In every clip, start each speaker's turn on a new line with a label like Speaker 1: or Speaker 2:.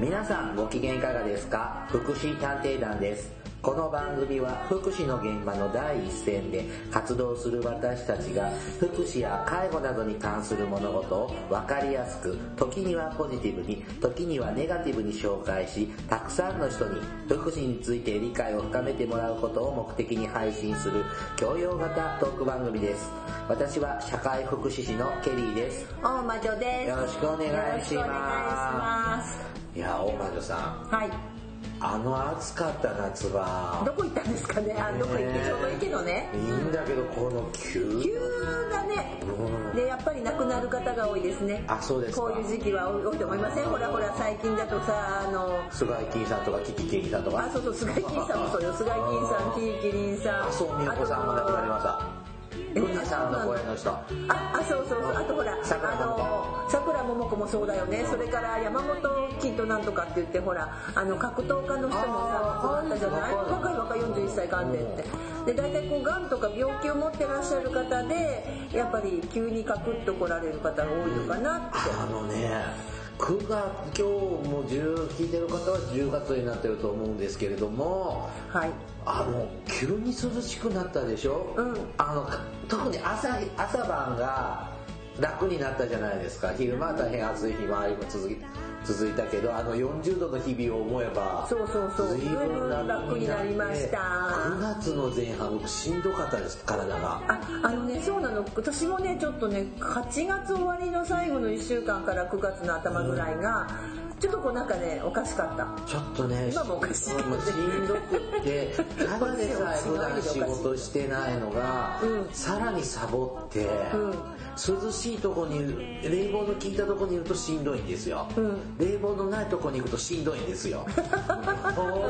Speaker 1: 皆さんご機嫌いかがですか福祉探偵団ですこの番組は福祉の現場の第一線で活動する私たちが福祉や介護などに関する物事を分かりやすく時にはポジティブに時にはネガティブに紹介したくさんの人に福祉について理解を深めてもらうことを目的に配信する教養型トーク番組です私は社会福祉士のケリーです
Speaker 2: 大魔女です
Speaker 1: よろしくお願いします
Speaker 2: よろくお願いします
Speaker 1: いや大魔女さん
Speaker 2: はい
Speaker 1: あの暑かった夏
Speaker 2: ど
Speaker 1: 場
Speaker 2: こ行ったんですかねあどこ行ってちょうどいいけどね
Speaker 1: いいんだけどこの急
Speaker 2: 急だね
Speaker 1: うん
Speaker 2: でやっぱり亡くなる方が多いですね
Speaker 1: あそうですか
Speaker 2: こういう時期は多いと思いませんほらほら最近だとさあの
Speaker 1: 菅井金さんとかキキキリンさんとか
Speaker 2: あそうそう菅井金さんもそうよ菅井金さんキーキリンさん
Speaker 1: 麻生美代子さんも亡くなりました
Speaker 2: え
Speaker 1: ふみさんの声の人
Speaker 2: ああそうそうそうあとほら
Speaker 1: 桜
Speaker 2: あのさくらももこもそうだよねそれから山本キッドなんとかって言ってほらあの格闘家の人もさ
Speaker 1: あー
Speaker 2: そうだったじゃない
Speaker 1: はい
Speaker 2: 若い若い41歳がんでってで大体こうがんとか病気を持ってらっしゃる方でやっぱり急にカクッと来られる方が多いのかなって
Speaker 1: あのね9月今日も10聞いてる方は10月になってると思うんですけれども
Speaker 2: はい
Speaker 1: あの急に涼しくなったでしょ、
Speaker 2: うん
Speaker 1: あの特に朝朝晩が楽になったじゃないですか昼間は大変暑い日もあり続き続いたけどあの40度の日々を思えば
Speaker 2: そうそうそう
Speaker 1: 随分
Speaker 2: 楽になりました
Speaker 1: 9月の前半僕しんどかったです体が
Speaker 2: ああのねそうなの私もねちょっとね8月終わりの最後の1週間から9月の頭ぐらいが、ちょっとこうなんかねおかしかった
Speaker 1: ちょっとね
Speaker 2: 今もおかしいけど
Speaker 1: もうしんどくってただでさえ普段仕事してないのが、
Speaker 2: うん
Speaker 1: さらにサボって、
Speaker 2: う
Speaker 1: 涼しいとこにいる冷房の効いたとこにいるとしんどいんですよ、
Speaker 2: うん
Speaker 1: 冷房のないとこに行くとしんどいんですよどう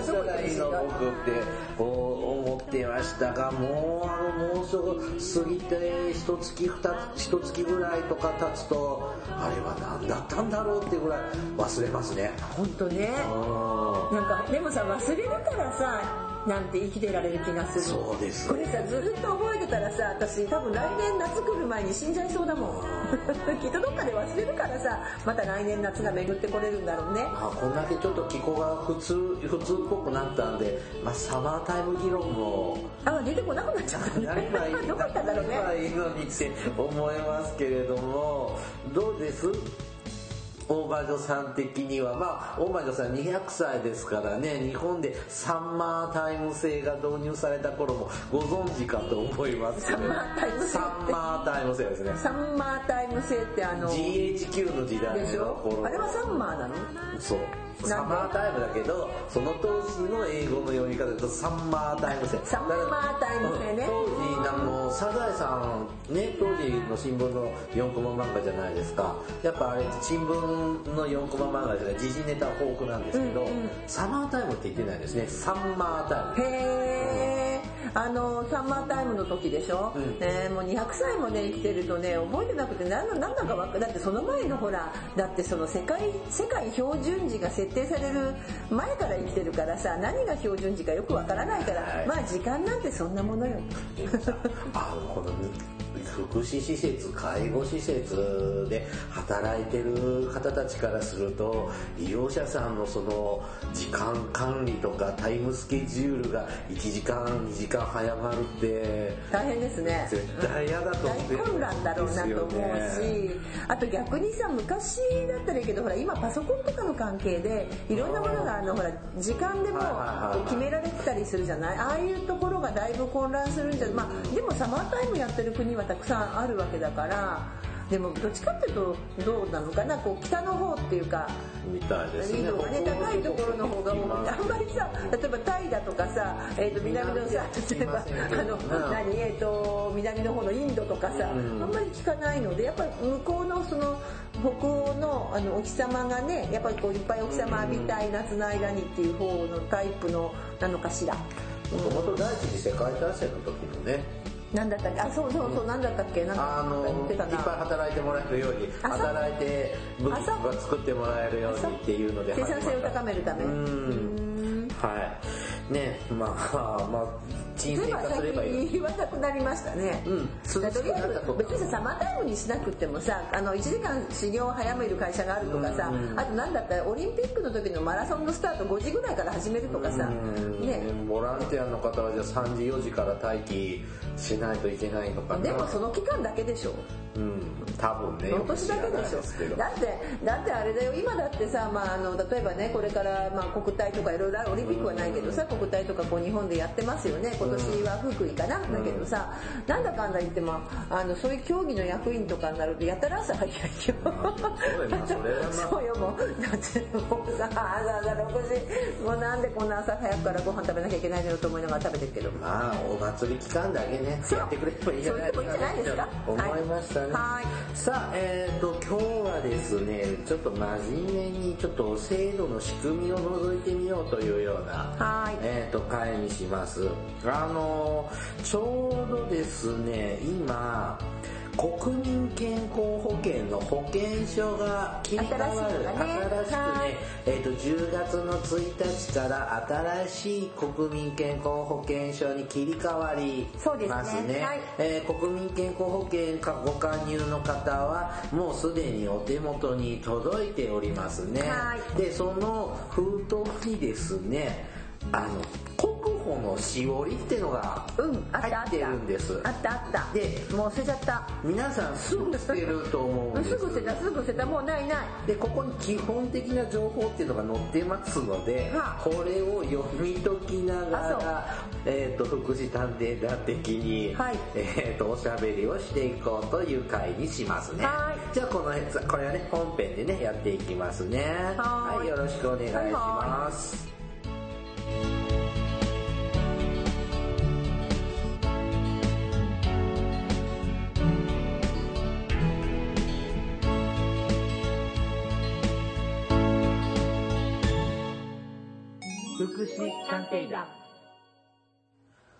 Speaker 1: したらいいの僕ってこう思ってましたがもうあのもうすぐ過ぎて一月二つ一月ぐらいとか経つとあれは何だったんだろうってぐらい忘れますね
Speaker 2: 本当ね
Speaker 1: うん
Speaker 2: なんかでもさ忘れるからさなんて生きてられる気がする
Speaker 1: そうです
Speaker 2: これさずっと覚えてたらさ私多分来年夏来る前に死んじゃいそうだもん きっとどっかで忘れるからさまた来年夏が巡ってこれるんだろうね
Speaker 1: まあ、こんだけちょっと気候が普通普通っぽくなったんで、まあ、サマータイム議論も
Speaker 2: あ出てこなくなっちゃったね
Speaker 1: なればいい
Speaker 2: どこ行ったんだろうね
Speaker 1: なればいいのにって思いますけれどもどうです大魔女さん的にはまあ大魔女さん200歳ですからね日本でサンマータイム制が導入された頃もご存知かと思いますけど
Speaker 2: サンマータイム制
Speaker 1: サンマータイム制ですね
Speaker 2: サンマータイム制ってあの
Speaker 1: GHQ の時代
Speaker 2: でし
Speaker 1: の
Speaker 2: ょ
Speaker 1: 頃
Speaker 2: あれはサンマーなの
Speaker 1: そう
Speaker 2: で
Speaker 1: サマータイムだけどその当時の英語の読み方だとサンマータイム制
Speaker 2: サンマータイム制ね
Speaker 1: 当時あのサザエさんね当時の新聞の4コマ漫画じゃないですかやっぱあれ新聞の4コマ漫画じゃない時事ネタ豊富なんですけど、
Speaker 2: うんうん
Speaker 1: サマータイムって言ってないですねサンマータイム
Speaker 2: へーあのサンマータイムの時でしょ、
Speaker 1: うん
Speaker 2: えーもう200歳もね生きてるとね覚えてなくて何の何だかわかだってその前のほらだってその世界世界標準時が設定される前から生きてるからさ何が標準時かよくわからないから、
Speaker 1: はい
Speaker 2: まあ時間なんてそんなものよ
Speaker 1: あのこの福祉施設介護施設で働いてる方たちからすると利用者さんのその時間管理とかタイムスケジュールが1時間2時間早まるって
Speaker 2: 大変ですね
Speaker 1: 絶対嫌だと思
Speaker 2: 大
Speaker 1: って
Speaker 2: 混乱だろうなと思うし、あと逆にさ昔だったらいいけどほら今パソコンとかの関係でいろんなものがあのほら時間でも
Speaker 1: はいはいはい
Speaker 2: 決められてたりするじゃないああいうところがだいぶ混乱するんじゃまあでもサマータイムやってる国はたくさんあるわけだからでもどっちかっていうとどうなのかなこう北の方っていうか
Speaker 1: みたいですね
Speaker 2: リードがね高いところの方が多いあんまりさ例えばタイだとかさ、えー、と南のさ
Speaker 1: 聞
Speaker 2: 例え
Speaker 1: き
Speaker 2: ば
Speaker 1: ません
Speaker 2: あの
Speaker 1: うん
Speaker 2: 何えー、と南の方のインドとかさ、
Speaker 1: うん
Speaker 2: あんまり聞かないのでやっぱり向こうのその北欧のあのお日様がねやっぱりこういっぱいお日様浴びたい夏の間にっていう方のタイプのなのかしら。
Speaker 1: もともと第一次世界大戦の時のね
Speaker 2: なんだったっけあそうそうそうなんだったっけなん
Speaker 1: あ
Speaker 2: だ
Speaker 1: の
Speaker 2: 言っ
Speaker 1: い
Speaker 2: て
Speaker 1: っぱ
Speaker 2: た
Speaker 1: い
Speaker 2: な
Speaker 1: 働いてもらえるように
Speaker 2: あそう
Speaker 1: 働いて武器とか作ってもらえるようにっていうので
Speaker 2: 生産性を高めるため
Speaker 1: う
Speaker 2: うんん
Speaker 1: はいねまあまあ沈静化すればいいのに
Speaker 2: 言わなくなりましたね。
Speaker 1: うん
Speaker 2: だからとりあえ
Speaker 1: 涼しくなったと
Speaker 2: ず
Speaker 1: か
Speaker 2: 別にさサマータイムにしなくってもさあの1時間修行を早める会社があるとかさ、
Speaker 1: うん
Speaker 2: あとなんだったらオリンピックの時のマラソンのスタート5時ぐらいから始めるとかさ、
Speaker 1: うん
Speaker 2: ね
Speaker 1: ボランティアの方はじゃあ3時4時から待機しないといけないのかな
Speaker 2: でもその期間だけでしょ
Speaker 1: うん多分ね
Speaker 2: その年だけでし
Speaker 1: よく知らないすけ
Speaker 2: ょ
Speaker 1: ど
Speaker 2: だってだってあれだよ今だってさ、まあ、あの例えばねこれから、まあ、国体とかいろいろあるオリンピックはないけどさ国体とかこう日本でやってますよね今年は福井かな、ん、だけどさなんだかんだ言ってもあのそういう競技の役員とかになるとやたら朝早いよ
Speaker 1: そうだよなそれはな
Speaker 2: そうよもうだってもうさ朝朝6時もうなんでこんな朝早くからご飯食べなきゃいけないのよと思いながら食べてるけど
Speaker 1: まあお祭り期間だけね
Speaker 2: そう
Speaker 1: やってくれればいいんじゃないか
Speaker 2: そう言ってもいいんじゃないですか
Speaker 1: と思いましたね、
Speaker 2: はい
Speaker 1: さあえっ、と今日はですねちょっと真面目にちょっと制度の仕組みを覗いてみようというような
Speaker 2: はい
Speaker 1: えー、と会にしますあのーちょうどですね今国民健康保険の保険証が切り替わる
Speaker 2: 新しいのが
Speaker 1: 新し
Speaker 2: ね
Speaker 1: くね
Speaker 2: はい
Speaker 1: えー、と10月の1日から新しい国民健康保険証に切り替わり
Speaker 2: そうですね
Speaker 1: ますね
Speaker 2: はい
Speaker 1: えー国民健康保険かご加入の方はもうすでにお手元に届いておりますね
Speaker 2: は
Speaker 1: でその封筒にですねあの国保のしおりってのが
Speaker 2: うんあったあ
Speaker 1: 入
Speaker 2: っ
Speaker 1: ってるんです
Speaker 2: たあったあった
Speaker 1: で
Speaker 2: もう捨てちゃった
Speaker 1: 皆さんすぐ捨てると思うんです
Speaker 2: すぐ捨てたすぐ捨てたもうないない
Speaker 1: でここに基本的な情報っていうのが載ってますので、
Speaker 2: はあ
Speaker 1: これを読み解きなが
Speaker 2: あ
Speaker 1: ら、えー、と福祉探偵団的に、
Speaker 2: はい
Speaker 1: えー、とおしゃべりをしていこうという回にしますね
Speaker 2: はい
Speaker 1: じゃあこのやつこれはね本編でねやっていきますね
Speaker 2: はい
Speaker 1: よろしくお願いします、
Speaker 2: 福祉探偵団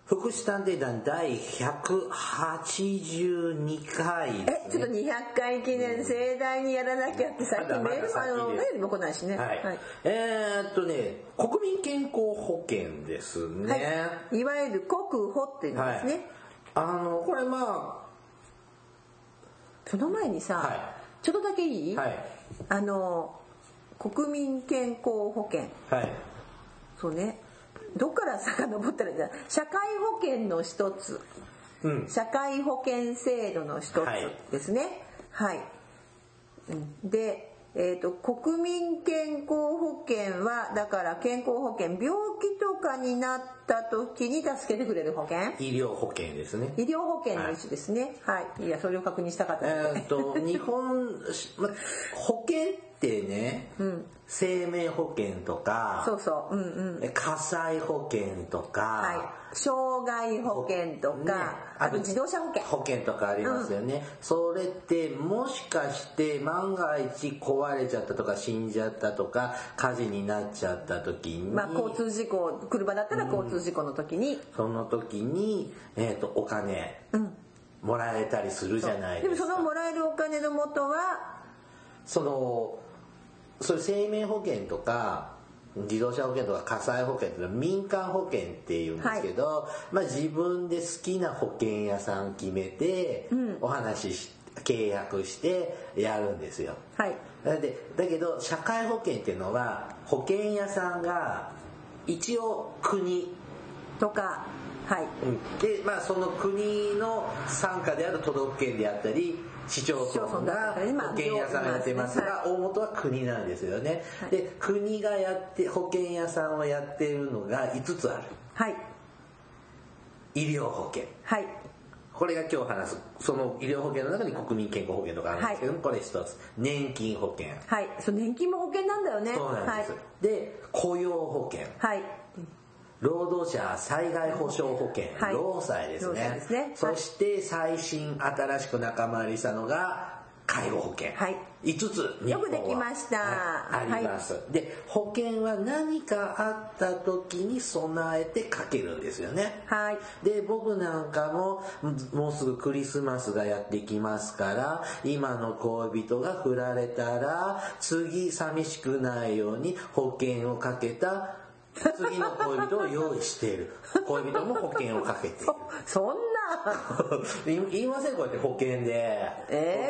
Speaker 1: 福祉探偵団第182回です、ね、
Speaker 2: えちょっと200回記念盛大にやらなきゃってさっきメ
Speaker 1: まだまだ
Speaker 2: ールもあ
Speaker 1: 先で
Speaker 2: のメ
Speaker 1: す
Speaker 2: ールも来ないしね
Speaker 1: はい、えー、っとね国民健康保険ですね、
Speaker 2: はいいわゆる国保っていうんですね、
Speaker 1: はい、あのこれま
Speaker 2: その前にさ、
Speaker 1: は
Speaker 2: ちょっとだけいい、
Speaker 1: あはい
Speaker 2: あの国民健康保険
Speaker 1: はい
Speaker 2: そうねどっから遡ったらいいんだ社会保険の一つ
Speaker 1: うん
Speaker 2: 社会保険制度の一つですね。はい。うんで、えー、と国民健康保険はだから健康保険病気とかになった時に助けてくれる保険
Speaker 1: 医療保険ですね
Speaker 2: 医療保険の一種ですねはい、い、やそれを確認したかっ
Speaker 1: え
Speaker 2: たで
Speaker 1: ー、っ
Speaker 2: す
Speaker 1: と日本しま保険ってね、
Speaker 2: うん
Speaker 1: 生命保険とか
Speaker 2: そうそううんうん
Speaker 1: 火災保険とか、
Speaker 2: はい障害保険と
Speaker 1: ね
Speaker 2: かあと自動車保険
Speaker 1: 保険とかありますよね、それってもしかして万が一壊れちゃったとか死んじゃったとか火事になっちゃった時に、
Speaker 2: まあ交通事故車だったら交通事故の時に
Speaker 1: その時に、えー、とお金もらえたりするじゃない
Speaker 2: で
Speaker 1: で
Speaker 2: も
Speaker 1: すか
Speaker 2: そのもらえるお金の元は
Speaker 1: そのそれ生命保険とか自動車保険とか火災保険とか民間保険っていうんですけど、まあ、自分で好きな保険屋さん決めて、お話しし契約してやるんですよ
Speaker 2: はい
Speaker 1: だってだけど社会保険っていうのは保険屋さんが一応国
Speaker 2: とかはい
Speaker 1: でまあその国の傘下である都道府県であったり市町村が
Speaker 2: 市町村だったりまあ
Speaker 1: 保険屋さんがやってます
Speaker 2: 両
Speaker 1: が大元は国なんですよね
Speaker 2: はい
Speaker 1: で国がやって保険屋さんをやっているのが5つある
Speaker 2: はい
Speaker 1: 医療保険
Speaker 2: はい
Speaker 1: これが今日話すその医療保険の中に国民健康保険とかあるんですけどもこれ1つ年金保険
Speaker 2: はいそう年金も保険なんだよね
Speaker 1: そうなんですで雇用保険
Speaker 2: はい
Speaker 1: 労働者災害保障保険、
Speaker 2: はい
Speaker 1: 労災です
Speaker 2: 労災
Speaker 1: ね
Speaker 2: ですね
Speaker 1: そして最新新しく仲間入りしたのが介護保険、
Speaker 2: はい
Speaker 1: 5つ日本は
Speaker 2: よくできました
Speaker 1: はいあります、で保険は何かあった時に備えてかけるんですよね
Speaker 2: はい
Speaker 1: で僕なんかももうすぐクリスマスがやってきますから今の恋人が振られたら次寂しくないように保険をかけた次の恋人を用意している。恋人も保険をかけている。
Speaker 2: そんな
Speaker 1: 言 いませんこうやって保険で。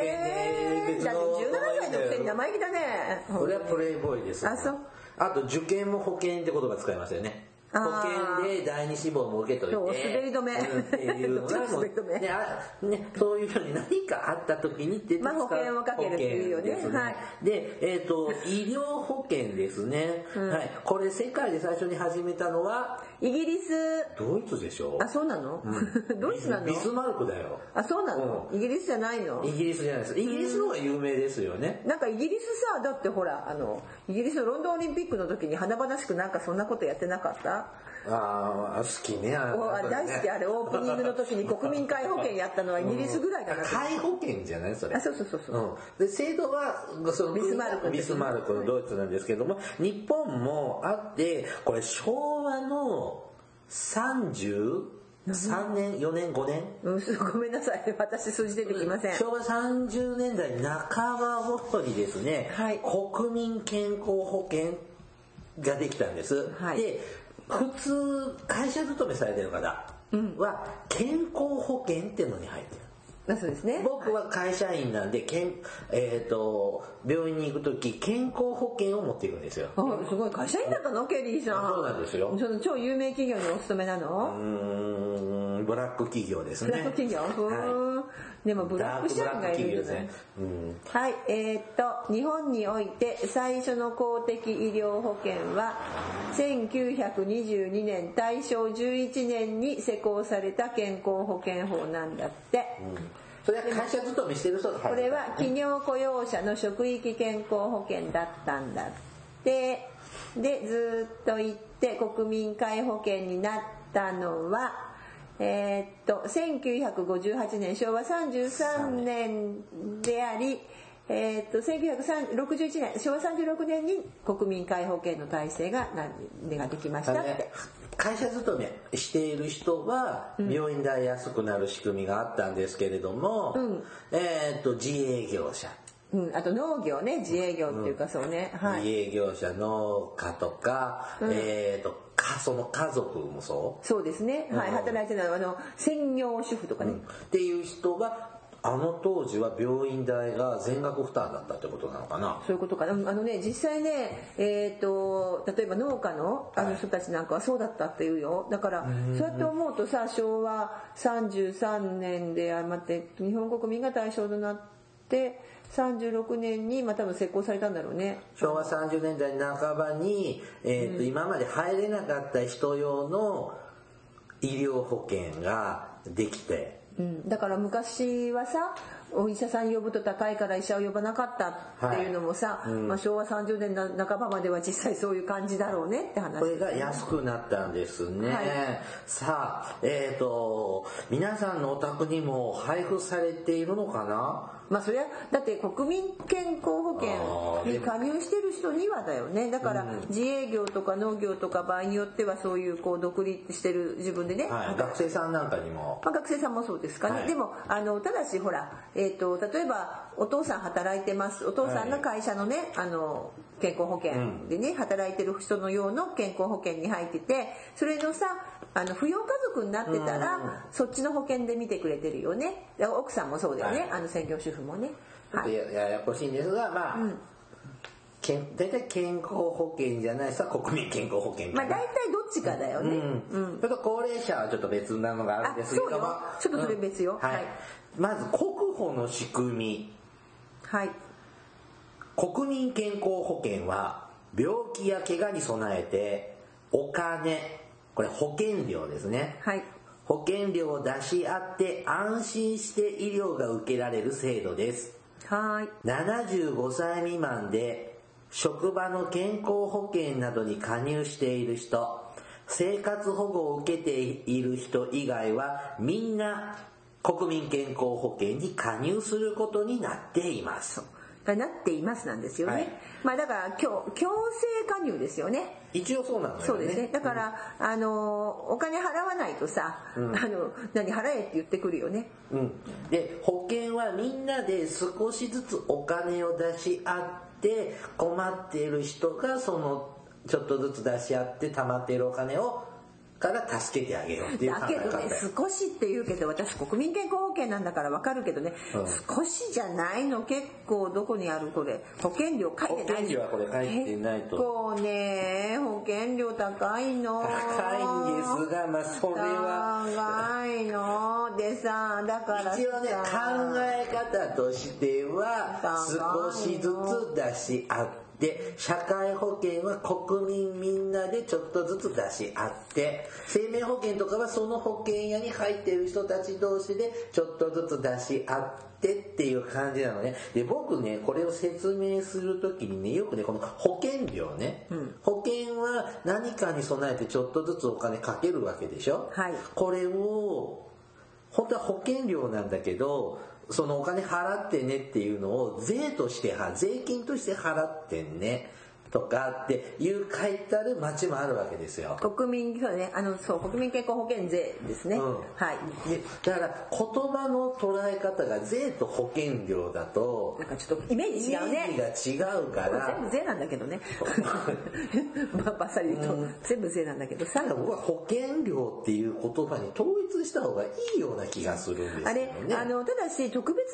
Speaker 1: 保険で別の
Speaker 2: ええだって17歳のくせに生意気だね
Speaker 1: これはプレイボーイです、
Speaker 2: あそう
Speaker 1: あと受験も保険って言葉使いますよね保
Speaker 2: あー
Speaker 1: 険で第二志望も受けといて
Speaker 2: そう滑り止め
Speaker 1: うんっていうのがも
Speaker 2: 滑り止め
Speaker 1: うねあねそういうふうに何かあった時にって
Speaker 2: まあ保険をかけるっていうよね
Speaker 1: 保険ですね
Speaker 2: はい
Speaker 1: でえっ、と医療保険ですね、はいこれ世界で最初に始めたのは
Speaker 2: イギリス
Speaker 1: ドイツでしょ
Speaker 2: あそうなの、 ドイツなの
Speaker 1: ビスマルクだよ
Speaker 2: あそうなの、イギリスじゃないの
Speaker 1: イギリスじゃないですイギリスの方が有名ですよね、
Speaker 2: なんかイギリスさだってほらあのイギリスのロンドンオリンピックの時に華々しくなんかそんなことやってなかった
Speaker 1: ああ好きねあ
Speaker 2: おあれ大好きあれオープニングの時に国民皆保険やったのはイギリスぐらいかな、
Speaker 1: 介保険じゃないそれ
Speaker 2: あそうそうそうそう、
Speaker 1: うん、で制度はその
Speaker 2: ビスマルク
Speaker 1: ビスマルクのドイツなんですけども、日本もあってこれ昭和の33年4年5年
Speaker 2: うん、すごめんなさい私数字出てきません、
Speaker 1: 昭和30年代半ば頃にですね、
Speaker 2: はい
Speaker 1: 国民健康保険ができたんです、
Speaker 2: はい
Speaker 1: で普通会社勤めされてる方は健康保険っていうのに入ってる
Speaker 2: まあそうですね
Speaker 1: 僕は会社員なんで、けんえー、と病院に行く時健康保険を持っていくんですよ
Speaker 2: あすごい会社員だったのケリーさん
Speaker 1: そうなんですよ
Speaker 2: その超有名企業にお勤めな
Speaker 1: う
Speaker 2: の、
Speaker 1: ーんブラック企業です
Speaker 2: ブ
Speaker 1: ね
Speaker 2: ラック企業、うーんでもブラック社員がいるんじゃない
Speaker 1: うん
Speaker 2: はい、えーっと、日本において最初の公的医療保険は、1922年大正11年に施行された健康保険法なんだって。
Speaker 1: それは会社勤めしてる人が入
Speaker 2: こ
Speaker 1: る
Speaker 2: れは企業雇用者の職域健康保険だったんだって。で、ずーっと行って国民皆保険になったのは、えーっと、1958年、昭和33年であり、えーっと、1961年、昭和36年に国民皆保険の体制がなができまし
Speaker 1: あ
Speaker 2: た
Speaker 1: の
Speaker 2: っ
Speaker 1: ね
Speaker 2: て。
Speaker 1: 会社勤めしている人は病院代安くなる仕組みがあったんですけれども、えー、と自営業者
Speaker 2: うん、あと農業ね、自営業っていうかそうね、はい。
Speaker 1: 自営業者農家とか、えー、とかその家族もそう
Speaker 2: そうですね、はい、働いてないあの専業主婦とかね、
Speaker 1: っていう人があの当時は病院代が全額負担だったってことなのかな
Speaker 2: そういうことかなうんあのね実際ねえっ、と例えば農家のあの人たちなんかはそうだったっていうよだからそうやって思うとさ昭和33年であ待って日本国民が対象となって36年にまあ多分施行されたんだろうね
Speaker 1: 昭和30年代半ばに、えーと今まで入れなかった人用の医療保険ができて
Speaker 2: うん、だから昔はさお医者さん呼ぶと高いから医者を呼ばなかったっていうのもさ、まあ、昭和30年な半ばまでは実際そういう感じだろうねって話
Speaker 1: これが安くなったんですね、
Speaker 2: はい
Speaker 1: さあえっ、と皆さんのお宅にも配布されているのかな
Speaker 2: まあそれはだって国民健康保
Speaker 1: あ
Speaker 2: 険
Speaker 1: ー
Speaker 2: に加入してる人にはだよねだから自営業とか農業とか場合によってはそういうこう独立してる自分でね、
Speaker 1: はい、学生さんなんかにも
Speaker 2: まあ、学生さんもそうですかね、
Speaker 1: はい
Speaker 2: でもあのただしほら、えー、と例えばお父さん働いてますお父さんが会社のね、あの健康保険でね、働いてる人の用の健康保険に入っててそれのさあの扶養家族になってたらそっちの保険で見てくれてるよねだから奥さんもそうだよね、
Speaker 1: はい
Speaker 2: あの専業主婦もね、はい、
Speaker 1: やややこしいんですがまあ、けん大体健康保険じゃないさ国民健康保険
Speaker 2: ま
Speaker 1: か
Speaker 2: あ大
Speaker 1: な、
Speaker 2: 体どっちかだよね、
Speaker 1: うん、ちょっと高齢者はちょっと別なのがあるんですけども
Speaker 2: あそうよちょっとそれ別よ
Speaker 1: うん
Speaker 2: は
Speaker 1: はいい、まず国保の仕組み
Speaker 2: はい
Speaker 1: 国民健康保険は病気や怪我に備えてお金これ保険料ですね
Speaker 2: はい
Speaker 1: 保険料を出し合って安心して医療が受けられる制度です
Speaker 2: はーい
Speaker 1: 75歳未満で職場の健康保険などに加入している人生活保護を受けている人以外はみんな国民健康保険に加入することになっています
Speaker 2: がなっていますなんですよね、
Speaker 1: はい
Speaker 2: まあだから強強制加入ですよね
Speaker 1: 一応そうなのよね
Speaker 2: そうですね。だから、あの、お金払わないとさ、あの、何払えって言ってくるよね。
Speaker 1: うん、で保険はみんなで少しずつお金を出し合って困っている人がそのちょっとずつ出し合って溜まっているお金をから助けてあげようっていう考
Speaker 2: だ
Speaker 1: え
Speaker 2: けど
Speaker 1: 方
Speaker 2: ね少しって言うけど私国民健康保険なんだからわかるけどね、
Speaker 1: うん
Speaker 2: 少しじゃないの結構どこにあるこれ保険料書いてな
Speaker 1: 保
Speaker 2: い
Speaker 1: 険料はこれ書いてないと
Speaker 2: 結構ね保険料高いの
Speaker 1: 高いんですがまあそれは
Speaker 2: 高いのでさだからさ
Speaker 1: 一応ね考え方としては少しずつ出し合って社会保険は国民みんなでちょっとずつ出し合って生命保険とかはその保険屋に入ってる人たち同士でちょっとずつ出し合ってっていう感じなのねで僕ねこれを説明するときにねよくねこの保険料ね、保険は何かに備えてちょっとずつお金かけるわけでしょ、
Speaker 2: はい
Speaker 1: これを本当は保険料なんだけどそのお金払ってねっていうのを税としては税金として払ってねとかっていう書いてある町もあるわけですよ。
Speaker 2: 国民そうねあのそう国民健康保険税ですね、
Speaker 1: うん
Speaker 2: はい
Speaker 1: でだから言葉の捉え方が税と保険料だと
Speaker 2: なんかちょっとイメージ違うね
Speaker 1: 意味が違うから
Speaker 2: 全部税なんだけどねまあ バッサリ言うと、全部税なんだけどさ
Speaker 1: なんか僕は保険料っていう言葉に統一した方がいいような気がするんですよね。
Speaker 2: あれ、あの、ただし、特別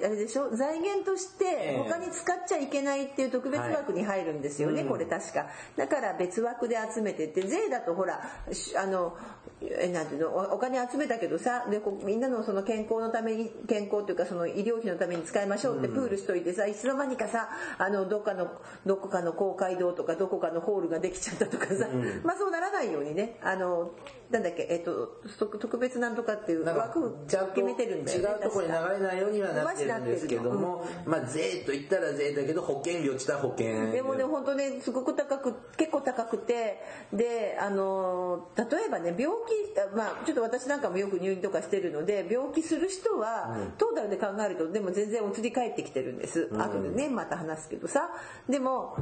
Speaker 2: 税、あれでしょ財源として、
Speaker 1: ええ
Speaker 2: 他に使っちゃいけないっていう特別枠に入るんですよね、
Speaker 1: はい
Speaker 2: これ確か。だから別枠で集めてって、税だとほら、しあの、え、なんていうの、おお金集めたけどさ、で、こうみんなのその健康のために、健康というかその医療費のために使いましょうってプールしといてさ、いつの間にかさ、あの、どっかの、どこかの公会堂とか、どこかのホールができちゃったとかさ、まあそうならないようにね、あの、なんだっけ、えっと、特特別なんとかっていう
Speaker 1: なんか
Speaker 2: 枠
Speaker 1: ちゃんと
Speaker 2: 決めてるんだよね
Speaker 1: 違うところに流れないようにはなってるんですけども、まあ税と言ったら税だけど保険料っつったら保険料
Speaker 2: でもね本当ねすごく高く結構高くてであのー例えばね病気、あまあ、ちょっと私なんかもよく入院とかしてるので病気する人は、トータルで考えるとでも全然お釣り返ってきてるんです、後でねまた話すけどさでも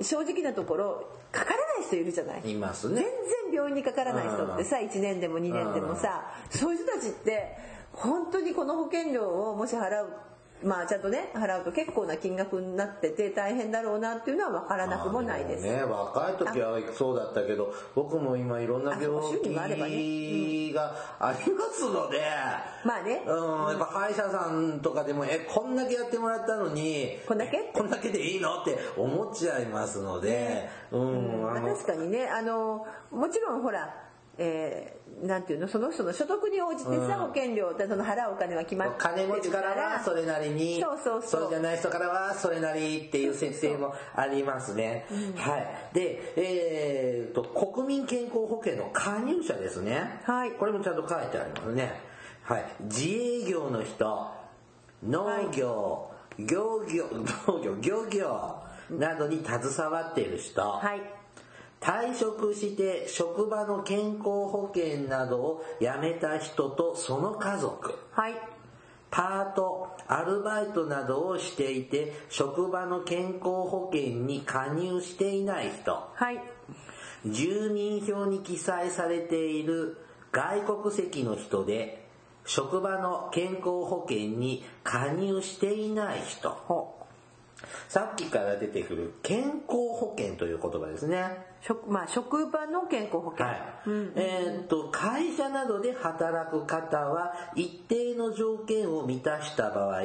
Speaker 2: 正直なところかからない人いるじゃない。
Speaker 1: いますね
Speaker 2: 全然病院にかからない人ってさ1年でも2年でもさそういう人たちって本当にこの保険料をもし払うまあちゃんとね払うと結構な金額になってて大変だろうなっていうのは分からなくもないです。
Speaker 1: ね若い時はそうだったけど僕も今いろんな病
Speaker 2: あそう
Speaker 1: 気
Speaker 2: 趣味があればね
Speaker 1: がありますので
Speaker 2: まあね
Speaker 1: うんやっぱ歯医者さんとかでもえこんだけやってもらったのに
Speaker 2: こんだけ
Speaker 1: こんだけでいいのって思っちゃいますのでうんあ
Speaker 2: まあ
Speaker 1: の
Speaker 2: 確かにねあのもちろんほらえーなんていうのその人の所得に応じてさ、保険料ってその払うお金は決まってるから
Speaker 1: 金持ちからはそれなりに
Speaker 2: そうそうそう
Speaker 1: じゃない人からはそれなりっていう設定もありますね、はいでえー、と国民健康保険の加入者ですね
Speaker 2: はい
Speaker 1: これもちゃんと書いてありますねはい自営業の人農業、漁業農業漁業などに携わっている人、
Speaker 2: はい
Speaker 1: 退職して職場の健康保険などを辞めた人とその家族
Speaker 2: はい
Speaker 1: パート、アルバイトなどをしていて、職場の健康保険に加入していない人、
Speaker 2: はい
Speaker 1: 住民票に記載されている外国籍の人で、職場の健康保険に加入していない人。
Speaker 2: ほう
Speaker 1: さっきから出てくる健康保険という言葉ですね。
Speaker 2: 職まあ職場の健康保険、
Speaker 1: はい。えーっと、会社などで働く方は、一定の条件を満たした場合、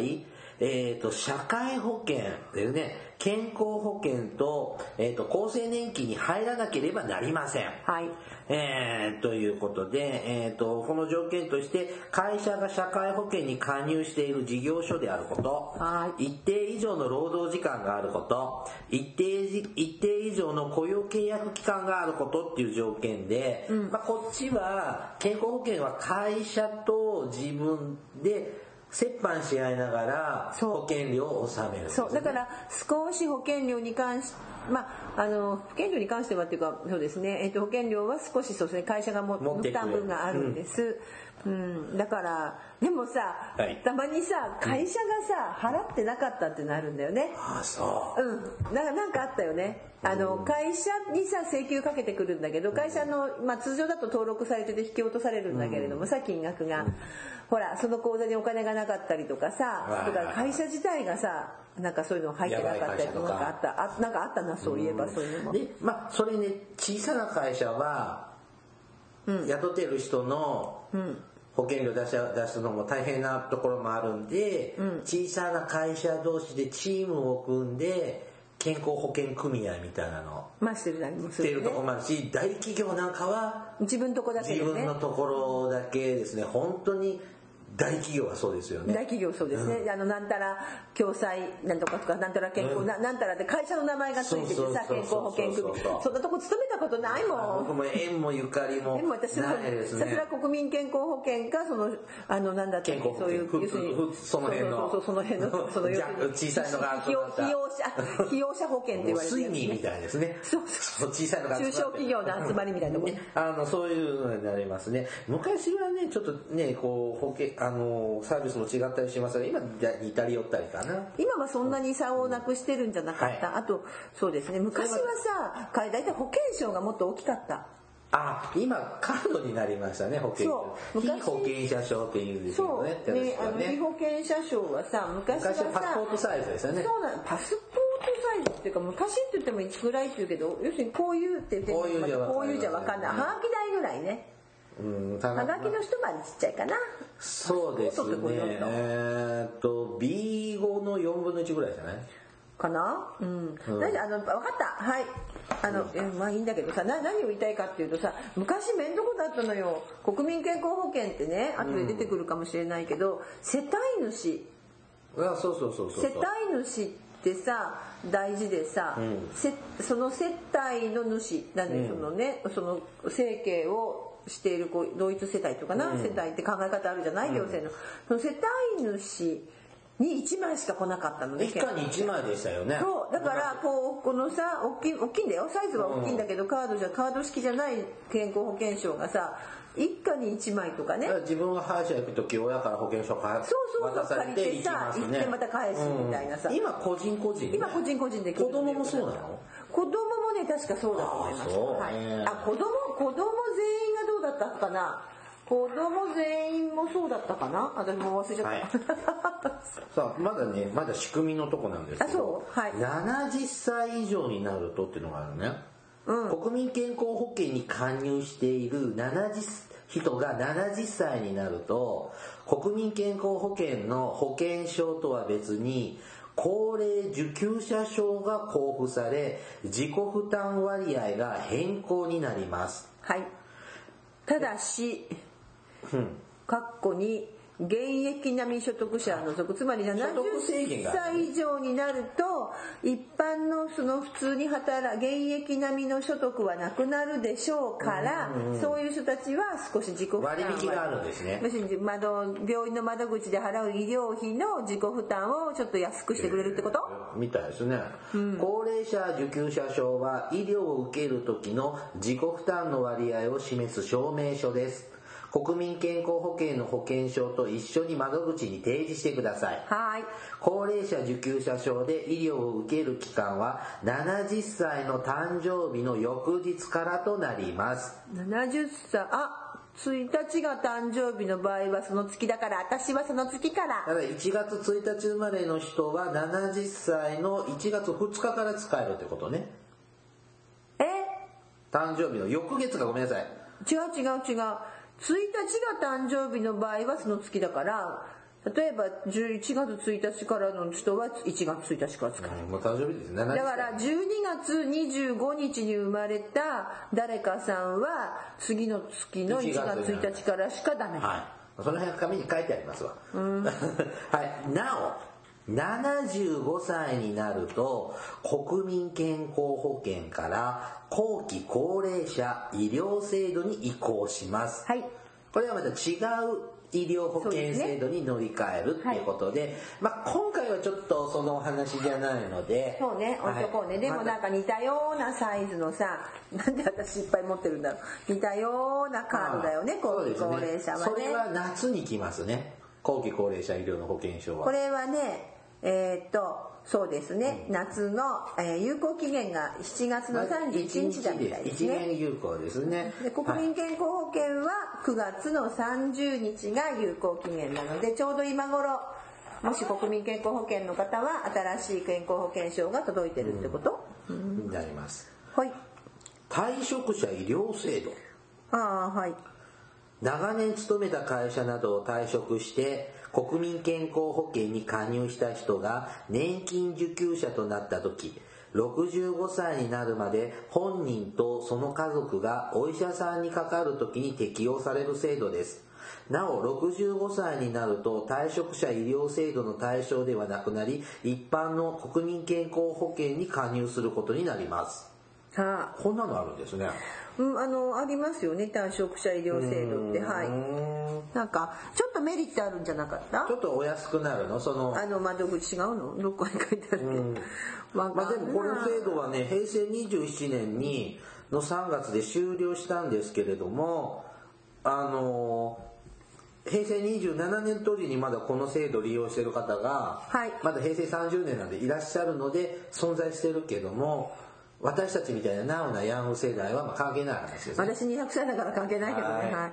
Speaker 1: えーっと、社会保険ですね、健康保険と、えーっと、厚生年金に入らなければなりません。
Speaker 2: はい
Speaker 1: えーということで、えーと、この条件として、会社が社会保険に加入している事業所であること、
Speaker 2: は
Speaker 1: 一定以上の労働時間があること、一定じ一定以上の雇用契約期間があることっていう条件で、まあ、こっちは、健康保険は会社と自分で折半し合いながら、
Speaker 2: そう
Speaker 1: 保険料を納めるんですね、
Speaker 2: そうだから少し保険料に関しまああの保険料に関してはっていうかそうですね、えっと保険料は少しそうですね会社がも
Speaker 1: 持ってくれる
Speaker 2: 負担分があるんです、うん、だからでもさ、
Speaker 1: はい
Speaker 2: たまにさ会社がさ払ってなかったってなるんだよね
Speaker 1: ああそう
Speaker 2: うんななんかあったよねあの会社にさ請求かけてくるんだけど会社の、まあ、通常だと登録されてて引き落とされるんだけれどもさ金額が、ほらその口座にお金がなかったりとかさ
Speaker 1: はい
Speaker 2: だから会社自体がさなんかそういうの入ってなかった
Speaker 1: やばい会
Speaker 2: りとか
Speaker 1: 社とか
Speaker 2: なんかあったあなんかあったなそういえばそういうのも。
Speaker 1: でまあそれね小さな会社は雇ってる人の
Speaker 2: うん
Speaker 1: 保険料出し出すのも大変なところもあるんで、
Speaker 2: うん
Speaker 1: 小さな会社同士でチームを組んで健康保険組合みたいなの
Speaker 2: まあしてるなりも
Speaker 1: し
Speaker 2: す
Speaker 1: て
Speaker 2: る
Speaker 1: ると
Speaker 2: よね
Speaker 1: こもあるし大企業なんかは
Speaker 2: 自分とこだけ
Speaker 1: 自
Speaker 2: でね
Speaker 1: 分のところだけですね本当に大企業はそうですよ
Speaker 2: 大
Speaker 1: ね
Speaker 2: 企業そうですね、あのなんたら共済なんとかとかなんたら健康、
Speaker 1: うん
Speaker 2: ななんたらって会社の名前がついてて
Speaker 1: そうそう
Speaker 2: さ
Speaker 1: そう
Speaker 2: 健康保険
Speaker 1: そう
Speaker 2: 組
Speaker 1: そうそう
Speaker 2: そんなとこ勤めたことないも
Speaker 1: 僕
Speaker 2: ん
Speaker 1: も縁もゆかりも
Speaker 2: でも私は
Speaker 1: ないです
Speaker 2: さす
Speaker 1: ね
Speaker 2: が国民健康保険かそのあのなんだったっけ
Speaker 1: 健康保険
Speaker 2: そういう
Speaker 1: ふ
Speaker 2: 要するに
Speaker 1: ふその辺の
Speaker 2: そうそうそうその辺のそ の
Speaker 1: じゃ小さいのが
Speaker 2: 費用費用者費用者保険って言われてる
Speaker 1: 睡
Speaker 2: やつね
Speaker 1: 眠みたいですね
Speaker 2: そうそ
Speaker 1: そ
Speaker 2: う
Speaker 1: う小さいのが集まって
Speaker 2: 中小企業の集まりみたいなとこ
Speaker 1: ねあのそういうのになりますね昔はねちょっとねこう保険あのサービスも違ったりしますが今似たり寄ったりかな
Speaker 2: 今はそんなに差をなくしてるんじゃなかった、
Speaker 1: は
Speaker 2: あとそうですね昔はさ大体保険証がもっと大きかった
Speaker 1: あ今カードになりましたね保険証
Speaker 2: そう
Speaker 1: 非
Speaker 2: 昔
Speaker 1: 保険者証っていうんです
Speaker 2: そ
Speaker 1: よ
Speaker 2: う
Speaker 1: ね
Speaker 2: ね
Speaker 1: 確か
Speaker 2: あの被
Speaker 1: ね
Speaker 2: 保険者証はさ昔は
Speaker 1: 昔
Speaker 2: さ
Speaker 1: はパスポートサイズですよね
Speaker 2: そうなのパスポートサイズっていうか昔って言ってもいつぐらいって言うけど要するにこういうって言って
Speaker 1: こういうじゃわかんない
Speaker 2: こういうじゃわかんないはがき代ぐらいね
Speaker 1: うんた
Speaker 2: は
Speaker 1: だ
Speaker 2: がきの一晩ちっちゃいかな
Speaker 1: そうです
Speaker 2: パスポートってこ
Speaker 1: ね
Speaker 2: れなんだ
Speaker 1: えーっと B5 の4分の1ぐらいじゃない
Speaker 2: かなうん、
Speaker 1: うん
Speaker 2: 何あの分かったはいあの、えまあいいんだけどさな何を言いたいかっていうとさ昔面倒だったのよ国民健康保険ってね後で出てくるかもしれないけど、世帯主
Speaker 1: あそうそうそうそう
Speaker 2: 世帯主ってさ大事でさ、
Speaker 1: うん
Speaker 2: せその世帯の主なのよ、そのねその生計をしているこう同一世帯とかな、世帯って考え方あるじゃない行政のその世帯主に1枚しか来なかったのね
Speaker 1: 一家に一枚でしたよね
Speaker 2: そうだからこうこのさ大きい大きいんだよサイズは大きいんだけど、カードじゃカード式じゃない健康保険証がさ一家に1枚とかね
Speaker 1: だから自分が歯医者行く時親から保険証か
Speaker 2: そうそうそう
Speaker 1: 渡されて
Speaker 2: 借
Speaker 1: 行
Speaker 2: りて
Speaker 1: き
Speaker 2: さ
Speaker 1: ますね
Speaker 2: 行ってまた返すみたいなさ
Speaker 1: うん今個人個人ね
Speaker 2: 今個人個人で来
Speaker 1: 子
Speaker 2: るんだよ
Speaker 1: 供もそうなの
Speaker 2: 子供もね確かそうだと思い
Speaker 1: あ
Speaker 2: ます
Speaker 1: そう
Speaker 2: はい
Speaker 1: うん
Speaker 2: あ子供子供全員がどうだったかな子供全員もそうだったかな私もう忘れちゃった、
Speaker 1: はいさあまだねまだ仕組みのとこなんですけど
Speaker 2: あそうはい
Speaker 1: 70歳以上になるとっていうのがあるね、国民健康保険に加入している70人が70歳になると国民健康保険の保険証とは別に高齢受給者証が交付され自己負担割合が変更になります
Speaker 2: はい、ただしかっこに現役並み所得者の属つまり70
Speaker 1: 所得制限がある
Speaker 2: 歳以上になると一般のその普通に働現役並みの所得はなくなるでしょうからそういう人たちは少し自己負担
Speaker 1: 割引があるんですね
Speaker 2: 要するに窓病院の窓口で払う医療費の自己負担をちょっと安くしてくれるってこと、
Speaker 1: みたいですね、高齢者受給者証は医療を受ける時の自己負担の割合を示す証明書です国民健康保険の保険証と一緒に窓口に提示してください
Speaker 2: はーい
Speaker 1: 高齢者受給者証で医療を受ける期間は70歳の誕生日の翌日からとなります
Speaker 2: 70歳あ1日が誕生日の場合はその月だから私はその月から
Speaker 1: ただ1月1日生まれの人は70歳の1月2日から使えるってことね
Speaker 2: え
Speaker 1: 誕生日の翌月がごめんなさい
Speaker 2: 違う違う違う1日が誕生日の場合はその月だから例えば11月1日からの人は1月1日から使う、
Speaker 1: もう誕生日ですね。70
Speaker 2: だから12月25日に生まれた誰かさんは次の月の1月1日からしかダメ、
Speaker 1: はい。その辺紙に書いてありますわ。 はい。なお、75歳になると、国民健康保険から後期高齢者医療制度に移行します。
Speaker 2: はい
Speaker 1: これはまた違う医療保険制度に乗り換えるっていうことで、まあ、今回はちょっとそのお話じゃないので
Speaker 2: そうね、置いとこうね。でもなん
Speaker 1: か
Speaker 2: か似たようなサイズのさ、 なんで私いっぱい持ってるんだろう。似たようなカードだよね、
Speaker 1: そ
Speaker 2: 後
Speaker 1: うで
Speaker 2: 期
Speaker 1: すね
Speaker 2: 高齢者はね。
Speaker 1: それは夏に来ますね後期高齢者医療の保険証は
Speaker 2: これはね、えーっと、そうですね、夏の、えー有効期限が7月の31日だみたいです
Speaker 1: 1
Speaker 2: ね。
Speaker 1: 年有効ですね
Speaker 2: で国民健康保険は9月の30日が有効期限なので、ちょうど今頃、もし国民健康保険の方は新しい健康保険証が届いてるってこと、
Speaker 1: はいになります
Speaker 2: はい。
Speaker 1: 退職者医療制度
Speaker 2: ああ、はい。
Speaker 1: 長年勤めた会社などを退職して国民健康保険に加入した人が年金受給者となった時65歳になるまで本人とその家族がお医者さんにかかる時に適用される制度ですなお65歳になると退職者医療制度の対象ではなくなり一般の国民健康保険に加入することになります
Speaker 2: はあ、
Speaker 1: こんなのあるんですね
Speaker 2: うん、あの、ありますよね、退職者医療制度って、は
Speaker 1: う
Speaker 2: い。
Speaker 1: ーん
Speaker 2: なんか、ちょっとメリットあるんじゃなかった
Speaker 1: ちょっとお安くなるのその
Speaker 2: あの窓口違うのどこに書いてあるっけ、
Speaker 1: うん
Speaker 2: わ
Speaker 1: ま
Speaker 2: か
Speaker 1: あ、で
Speaker 2: んない
Speaker 1: もこの制度はね平成27年にの3月で終了したんですけれどもあのー平成27年当時にまだこの制度を利用している方が、
Speaker 2: はい
Speaker 1: まだ平成30年なんでいらっしゃるので存在してるけども私たちみたいなナウなヤング世代はまあ関係ない話ですね
Speaker 2: 私200歳だから関係ないけどね
Speaker 1: はい
Speaker 2: はい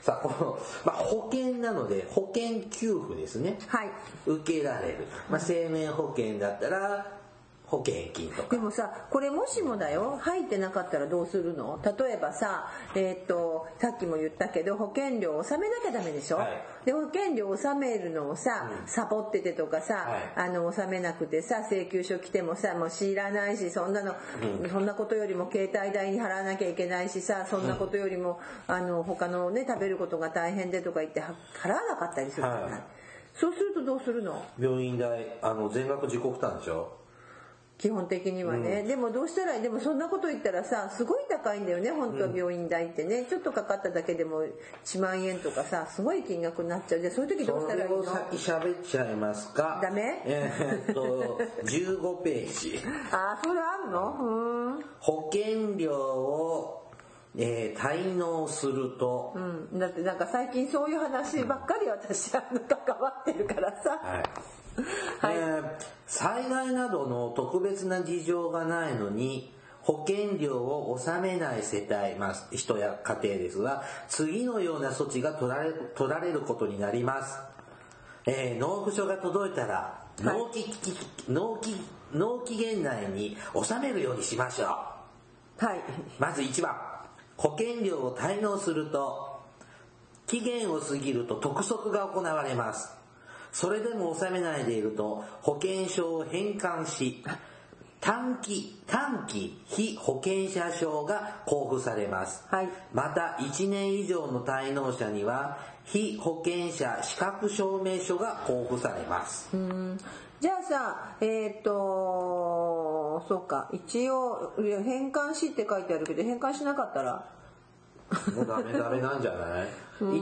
Speaker 1: さあこの、まあ、保険なので保険給付ですね
Speaker 2: はい
Speaker 1: 受けられる、まあ、生命保険だったら保険金とか
Speaker 2: でもさこれもしもだよ入ってなかったらどうするの例えばさえーっとさっきも言ったけど保険料を納めなきゃダメでしょ、
Speaker 1: はい
Speaker 2: で保険料を納めるのをさ、サボっててとかさ、
Speaker 1: は
Speaker 2: あの納めなくてさ請求書来てもさもう知らないしそんなの、そんなことよりも携帯代に払わなきゃいけないしさそんなことよりも、あの他のね食べることが大変でとか言っては払わなかったりするじゃない、
Speaker 1: はい
Speaker 2: そうするとどうするの
Speaker 1: 病院代あの全額自己負担でしょ
Speaker 2: 基本的にはね、でもどうしたらでもそんなこと言ったらさすごい高いんだよね本当は病院代ってね、ちょっとかかっただけでも1万円とかさすごい金額になっちゃうでそういう時どうし
Speaker 1: そ
Speaker 2: た
Speaker 1: れ
Speaker 2: らいいの
Speaker 1: を先喋っちゃいますか
Speaker 2: ダメ
Speaker 1: えーっ と15ページ
Speaker 2: ああそれあるのうーん
Speaker 1: 保険料を、えー滞納すると、
Speaker 2: うん、だってなんか最近そういう話ばっかり私あの関わってるからさ、
Speaker 1: はい
Speaker 2: はい
Speaker 1: えー災害などの特別な事情がないのに保険料を納めない世帯、まあ、人や家庭ですが次のような措置が取られ取られることになります、えー納付書が届いたら納期,、納期納期限内に納めるようにしましょう
Speaker 2: はい
Speaker 1: まず1番保険料を滞納すると期限を過ぎると督促が行われますそれでも納めないでいると保険証を返還し短期短期非保険者証が交付されます、
Speaker 2: はい
Speaker 1: また1年以上の滞納者には非保険者資格証明書が交付されます
Speaker 2: うんじゃあさえっ、とそうか一応いや返還しって書いてあるけど返還しなかったら
Speaker 1: もうダメダメなんじゃない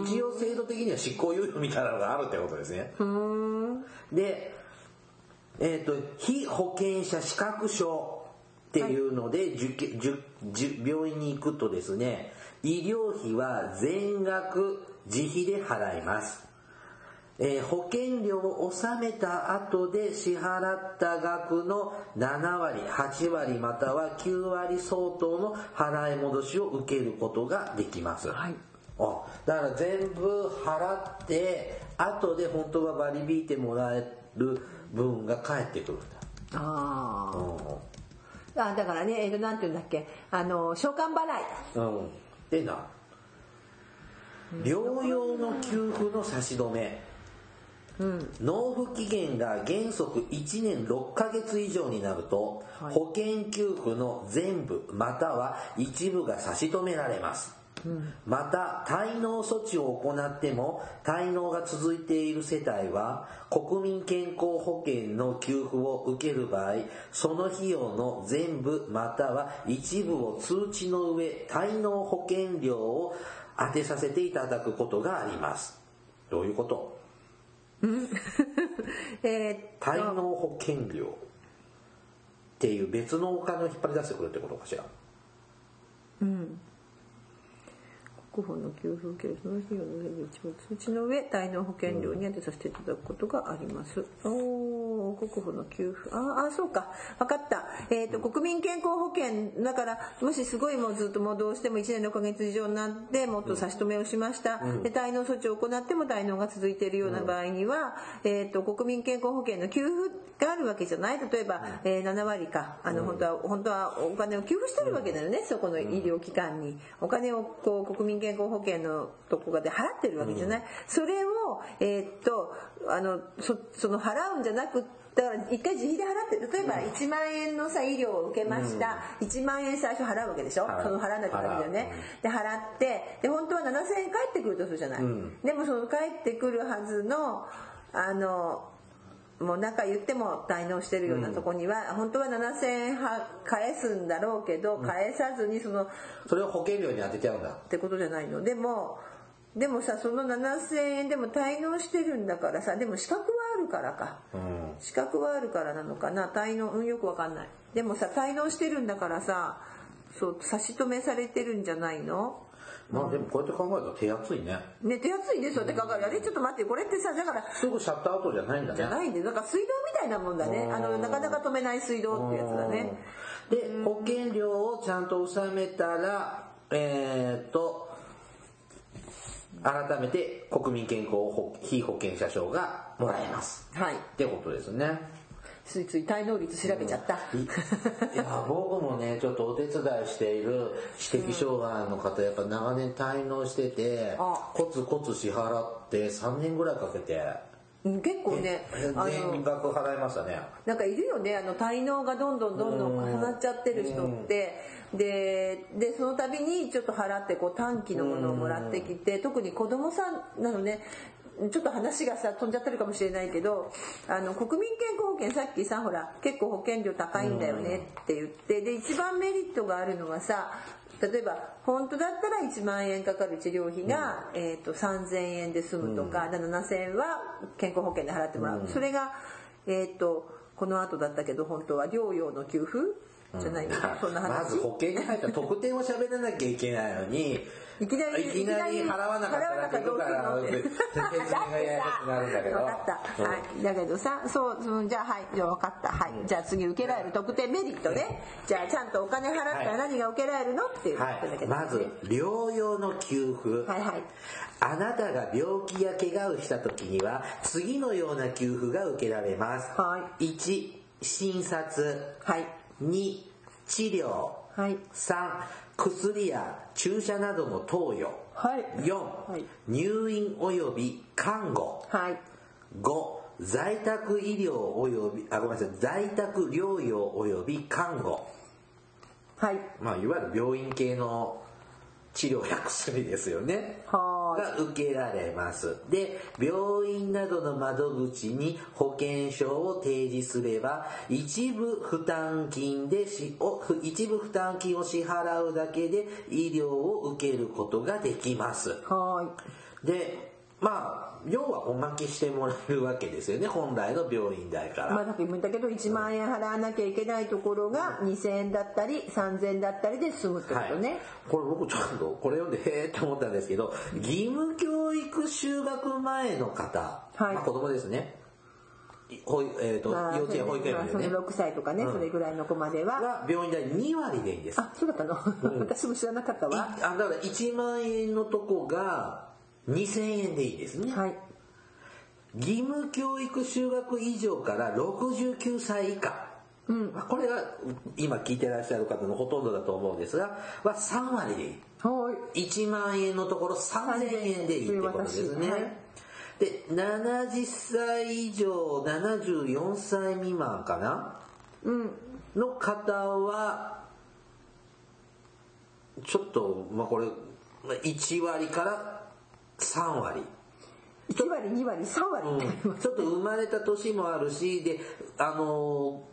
Speaker 1: 一応制度的には執行猶予みたいなのがあるってことですね
Speaker 2: うーん
Speaker 1: で、えっと非保険者資格証っていうので、受け受受病院に行くとですね医療費は全額自費で払います、えー保険料を納めた後で支払った額の7割8割または9割相当の払い戻しを受けることができます、
Speaker 2: はい
Speaker 1: あだから全部払って後で本当は割り引いてもらえる分が返ってくるんだ、
Speaker 2: ああ
Speaker 1: う
Speaker 2: あだからね、えっと、なんていうんだっけ、あの、召喚払い。
Speaker 1: んうん、でな療養の給付の差し止め
Speaker 2: うん。
Speaker 1: 納付期限が原則1年6ヶ月以上になると、
Speaker 2: はい
Speaker 1: 保険給付の全部または一部が差し止められます、また滞納措置を行っても滞納が続いている世帯は国民健康保険の給付を受ける場合その費用の全部または一部を通知の上滞納保険料を当てさせていただくことがあります。どういうこと
Speaker 2: え
Speaker 1: 滞納保険料っていう別のお金を引っ張り出してくるってことかしら。
Speaker 2: ー国保の給付受けるその費用の上で一部通知の上滞納保険料に充てさせていただくことがあります、おお国保の給付あーあーそうか分かった、えー、と国民健康保険だからもしすごいもうずっともうどうしても1年6ヶ月以上になってもっと差し止めをしました、で滞納措置を行っても滞納が続いているような場合には、えー、と国民健康保険の給付があるわけじゃない例えば、えー7割かあの、本当は本当はお金を給付してるわけだよね、そこの医療機関にお金をこう国民健康保険のとこがで払ってるわけじゃない、それを、えーっとあのそその払うんじゃなくだから一回自費で払って例えば1万円のさ医療を受けました、1万円最初払うわけでしょ、
Speaker 1: 払う
Speaker 2: その払わなきゃダメだよね、で払ってで本当は7000円返ってくるとするじゃない、
Speaker 1: うん
Speaker 2: でもその返ってくるはずのあのもうなんか言っても滞納してるようなとこには、本当は7000円は返すんだろうけど返さずにその、っ
Speaker 1: それを保険料に当てちゃうんだ。
Speaker 2: てことじゃないのでもでもさその7000円でも滞納してるんだからさでも資格はあるからか
Speaker 1: うん。
Speaker 2: 資格はあるからなのかな滞納うんよくわかんないでもさ滞納してるんだからさそう差し止めされてるんじゃないの
Speaker 1: まあでもこうやって考えたら手厚いね。
Speaker 2: ね手厚いですよだからあれちょっと待ってこれってさだから
Speaker 1: すぐシャットアウトじゃないんだね。
Speaker 2: じゃないんでだから水道みたいなもんだねあのなかなか止めない水道ってやつだね
Speaker 1: で保険料をちゃんと納めたらえー、っと改めて国民健康保非保険者証がもらえます
Speaker 2: はい
Speaker 1: ってことですね
Speaker 2: ついつい滞納率調べちゃった、
Speaker 1: いい や僕もねちょっとお手伝いしている知的障害の方やっぱ長年滞納してて
Speaker 2: あ
Speaker 1: コツコツ支払って3年ぐらいかけて
Speaker 2: うん結構ねあの
Speaker 1: 全額払いましたね
Speaker 2: なんかいるよねあの滞納がどんどんどんどん重なっちゃってる人ってででその度にちょっと払ってこう短期のものをもらってきて特に子供さんなのねちょっと話がさ飛んじゃってるかもしれないけどあの国民健康保険さっきさほら結構保険料高いんだよねって言ってで一番メリットがあるのはさ例えば本当だったら1万円かかる治療費が、えー、と3,000円で済むとか、7,000円は健康保険で払ってもらう、それが、えー、とこの後だったけど本当は療養の給付じゃないの、そんな
Speaker 1: ま
Speaker 2: 話、
Speaker 1: ず保険に入った特典を喋らなきゃいけないの に
Speaker 2: いきなり
Speaker 1: いきなり払わなかったら
Speaker 2: 払わなかったらどうするのって
Speaker 1: 説 明がややこしくなるんだけど
Speaker 2: 分かった、はい、だけどさそうそのじゃあはいじゃあ分かった、はいじゃあ次受けられる特典メリットねじゃあちゃんとお金払った
Speaker 1: は
Speaker 2: ら
Speaker 1: い
Speaker 2: 何が受けられるのっていうことだけど、
Speaker 1: はい、まず療養の給付、
Speaker 2: はいはい
Speaker 1: あなたが病気や怪我をした時には次のような給付が受けられます、
Speaker 2: は
Speaker 1: 1診察
Speaker 2: はい
Speaker 1: 2治療
Speaker 2: はい
Speaker 1: 3薬や注射などの投与
Speaker 2: はい
Speaker 1: 4、
Speaker 2: はい
Speaker 1: 入院及び看護
Speaker 2: はい
Speaker 1: 5在宅医療及びあごめんなさい在宅療養及び看護
Speaker 2: はい
Speaker 1: まあ、いわゆる病院系の治療や薬ですよね。
Speaker 2: はー
Speaker 1: が
Speaker 2: い
Speaker 1: 受けられます。で、病院などの窓口に保険証を提示すれば、一部負担金でしを、ふ一部負担金を支払うだけで医療を受けることができます。
Speaker 2: は
Speaker 1: で、まあ、要はおまけしてもらえるわけですよね、本来の病院代から。
Speaker 2: ーいまあ、さっきも言ったけど1万円払わなきゃいけないところが2,000円だったり3,000円だったりで済むってことね、
Speaker 1: はい、これ僕ちょっとこれ読んでへえと思ったんですけど義務教育就学前の方、
Speaker 2: はい
Speaker 1: まあ、子供ですねい保育えー、と
Speaker 2: まあ
Speaker 1: 幼稚園保育園まで
Speaker 2: まあ
Speaker 1: ね
Speaker 2: その6歳とかね、
Speaker 1: うん
Speaker 2: それぐらいの子までは
Speaker 1: は病院代2割でいいんですい
Speaker 2: あそうだったの、私も知らなかったわ
Speaker 1: あだから1万円のとこが2000円でいいですね、
Speaker 2: はい
Speaker 1: 義務教育就学以上から69歳以下、まあこれが今聞いてらっしゃる方のほとんどだと思うんですがは3割でいい
Speaker 2: はい
Speaker 1: 1万円のところ3000円でいいってことですね。
Speaker 2: はい
Speaker 1: で、70歳以上、74歳未満かな
Speaker 2: うん
Speaker 1: の方は、ちょっと、まあこれ、まあ1割から3割。
Speaker 2: 1割2割3割、
Speaker 1: うんちょっと生まれた年もあるし、で、あのー、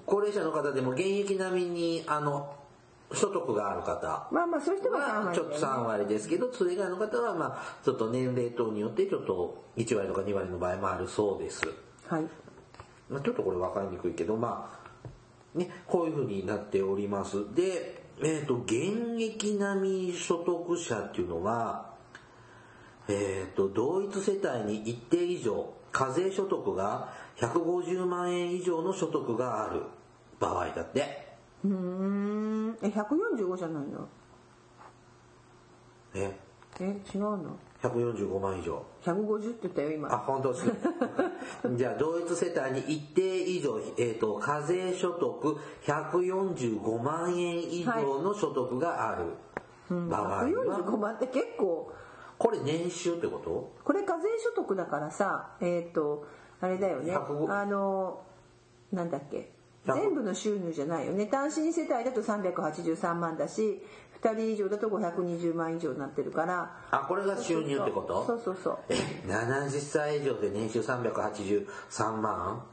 Speaker 1: 高齢者の方でも現役並みに、あの、所得がある方
Speaker 2: まあまあそういう人は3割、
Speaker 1: は
Speaker 2: ね、
Speaker 1: ちょっと3割ですけど、それ以外の方は、まあ、ちょっと年齢等によって、ちょっと1割とか2割の場合もあるそうです。
Speaker 2: はい
Speaker 1: まあ、ちょっとこれ分かりにくいけど、まあ、ね、こういう風になっております。で、えっ、と、現役並み所得者っていうのは、えっ、と、同一世帯に一定以上、課税所得が150万円以上の所得がある場合だって。
Speaker 2: うーんえ145じゃないの
Speaker 1: ね、
Speaker 2: え違うの
Speaker 1: 145万以上。
Speaker 2: 150って言ったよ
Speaker 1: あ、
Speaker 2: 今
Speaker 1: 本当ですね。 じゃあ、同一世帯に一定以上、えっ、と、課税所得145万円以上の所得がある場合は、
Speaker 2: 145万って結構
Speaker 1: これ年収ってこと
Speaker 2: これ課税所得だからさえっ、とあれだよね
Speaker 1: 105
Speaker 2: あのなんだっけ
Speaker 1: 100
Speaker 2: 全部の収入じゃないよね単身世帯だと383万だし2人以上だと520万以上になってるから
Speaker 1: あ、これが収入ってこと
Speaker 2: そうそうそう
Speaker 1: え、70歳以上で年収383万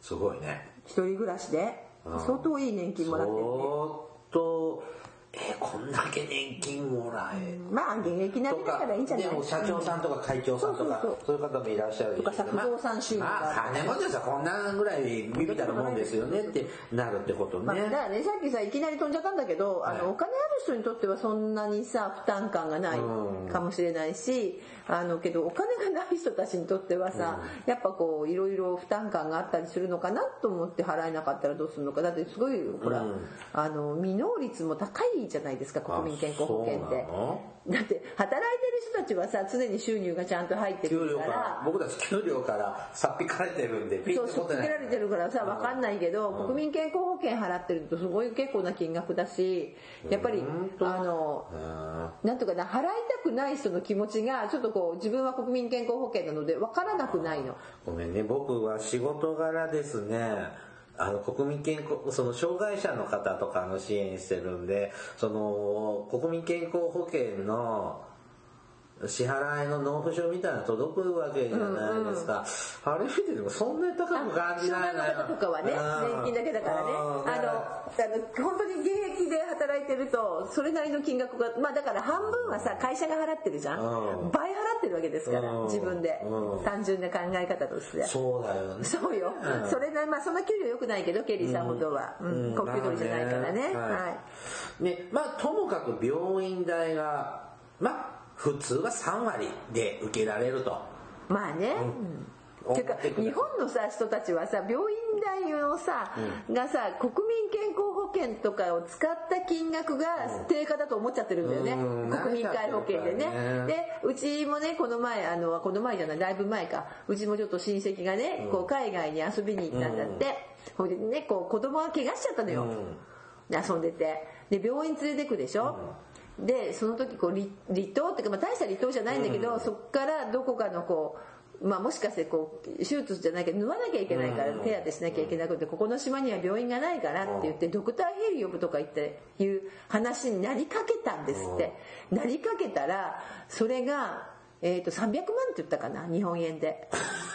Speaker 1: すごいね。
Speaker 2: 一人暮らしで
Speaker 1: うん
Speaker 2: 相当いい年金もらってるね
Speaker 1: 相当、えこんだけ年金もらえ
Speaker 2: まあ現役な
Speaker 1: と
Speaker 2: りだ
Speaker 1: か
Speaker 2: からいいんじゃない
Speaker 1: でも社長さんとか会長さんとか
Speaker 2: そう
Speaker 1: そういう方もいらっしゃるでしょうけど
Speaker 2: とか作造さん収入
Speaker 1: まあ
Speaker 2: が
Speaker 1: まあ金持ちですよこんなんぐらいビビたるもんですよねってなるってこと
Speaker 2: まあ、
Speaker 1: ね
Speaker 2: だからねさっきさいきなり飛んじゃったんだけど、あ
Speaker 1: はい
Speaker 2: のお金ある人にとってはそんなにさ負担感がない
Speaker 1: うん
Speaker 2: かもしれないし、あのけどお金がない人たちにとってはさ、やっぱこういろいろ負担感があったりするのかなと思って払えなかったらどうするのかだってすごいほら、
Speaker 1: うん
Speaker 2: あの未納率も高いじゃないですか国民健康保険っ
Speaker 1: あ
Speaker 2: て
Speaker 1: そうな。の
Speaker 2: だって働いてる人たちはさ常に収入がちゃんと入ってく
Speaker 1: 給
Speaker 2: る
Speaker 1: 料
Speaker 2: か
Speaker 1: からら僕たち給料からさっぴかれてるんでピン
Speaker 2: そう
Speaker 1: と
Speaker 2: そう
Speaker 1: こ
Speaker 2: つ
Speaker 1: な
Speaker 2: け
Speaker 1: い
Speaker 2: られてるからさ分かんないけど、
Speaker 1: うん
Speaker 2: 国民健康保険払ってるとすごい結構な金額だしやっぱり、
Speaker 1: うん
Speaker 2: あの
Speaker 1: うん
Speaker 2: なんとかな払いたくない人の気持ちがちょっとこう自分は国民健康保険なので分からなくないの。
Speaker 1: ごめんね僕は仕事柄ですねあの国民健康その障害者の方とかの支援してるんでその国民健康保険の支払いの納付書みたいなの届くわけじゃないですか、あれ見ててもそんなに高く感じ
Speaker 2: 障
Speaker 1: な
Speaker 2: 害
Speaker 1: い
Speaker 2: の
Speaker 1: な
Speaker 2: 方とかはね
Speaker 1: うん
Speaker 2: 年金だけだからね
Speaker 1: うん
Speaker 2: あのあの本当に現役で働いてるとそれなりの金額がまあだから半分はさ会社が払ってるじゃん
Speaker 1: うん
Speaker 2: 倍払ってるわけですから
Speaker 1: うん
Speaker 2: 自分で
Speaker 1: うん
Speaker 2: 単純な考え方として
Speaker 1: そうだよね
Speaker 2: そうよ、
Speaker 1: うん
Speaker 2: それなまあそんな給料良くないけどケリーさんほどは、うん高級取りじゃないからね,、
Speaker 1: まあ
Speaker 2: はい
Speaker 1: はいねまあともかく病院代がまあ普通は3割で受けられると
Speaker 2: まあね、
Speaker 1: うん
Speaker 2: てか
Speaker 1: 思ってくれ
Speaker 2: 日本のさ人たちはさ病院代をさ、がさ国民健康保険とかを使った金額が定価だと思っちゃってるんだよね、
Speaker 1: うん
Speaker 2: 国民皆保険でね
Speaker 1: なんかやっぱりね
Speaker 2: でうちもねこの前あのこの前じゃないだいぶ前かうちもちょっと親戚がね、こう海外に遊びに行ったんだって、ほいでねこう子供が怪我しちゃったのよ、で遊んでてで病院連れてくでしょ、でその時こう離離島っていうか、まあ、大した離島じゃないんだけど、そっからどこかのこう、まあ、もしかしてこう手術じゃないけど縫わなきゃいけないから手当てしなきゃいけなくて、ここの島には病院がないからって言って、ドクターヘリ呼ぶとか言っていう話になりかけたんですって、なりかけたらそれが、えー、と300万って言ったかな日本円で。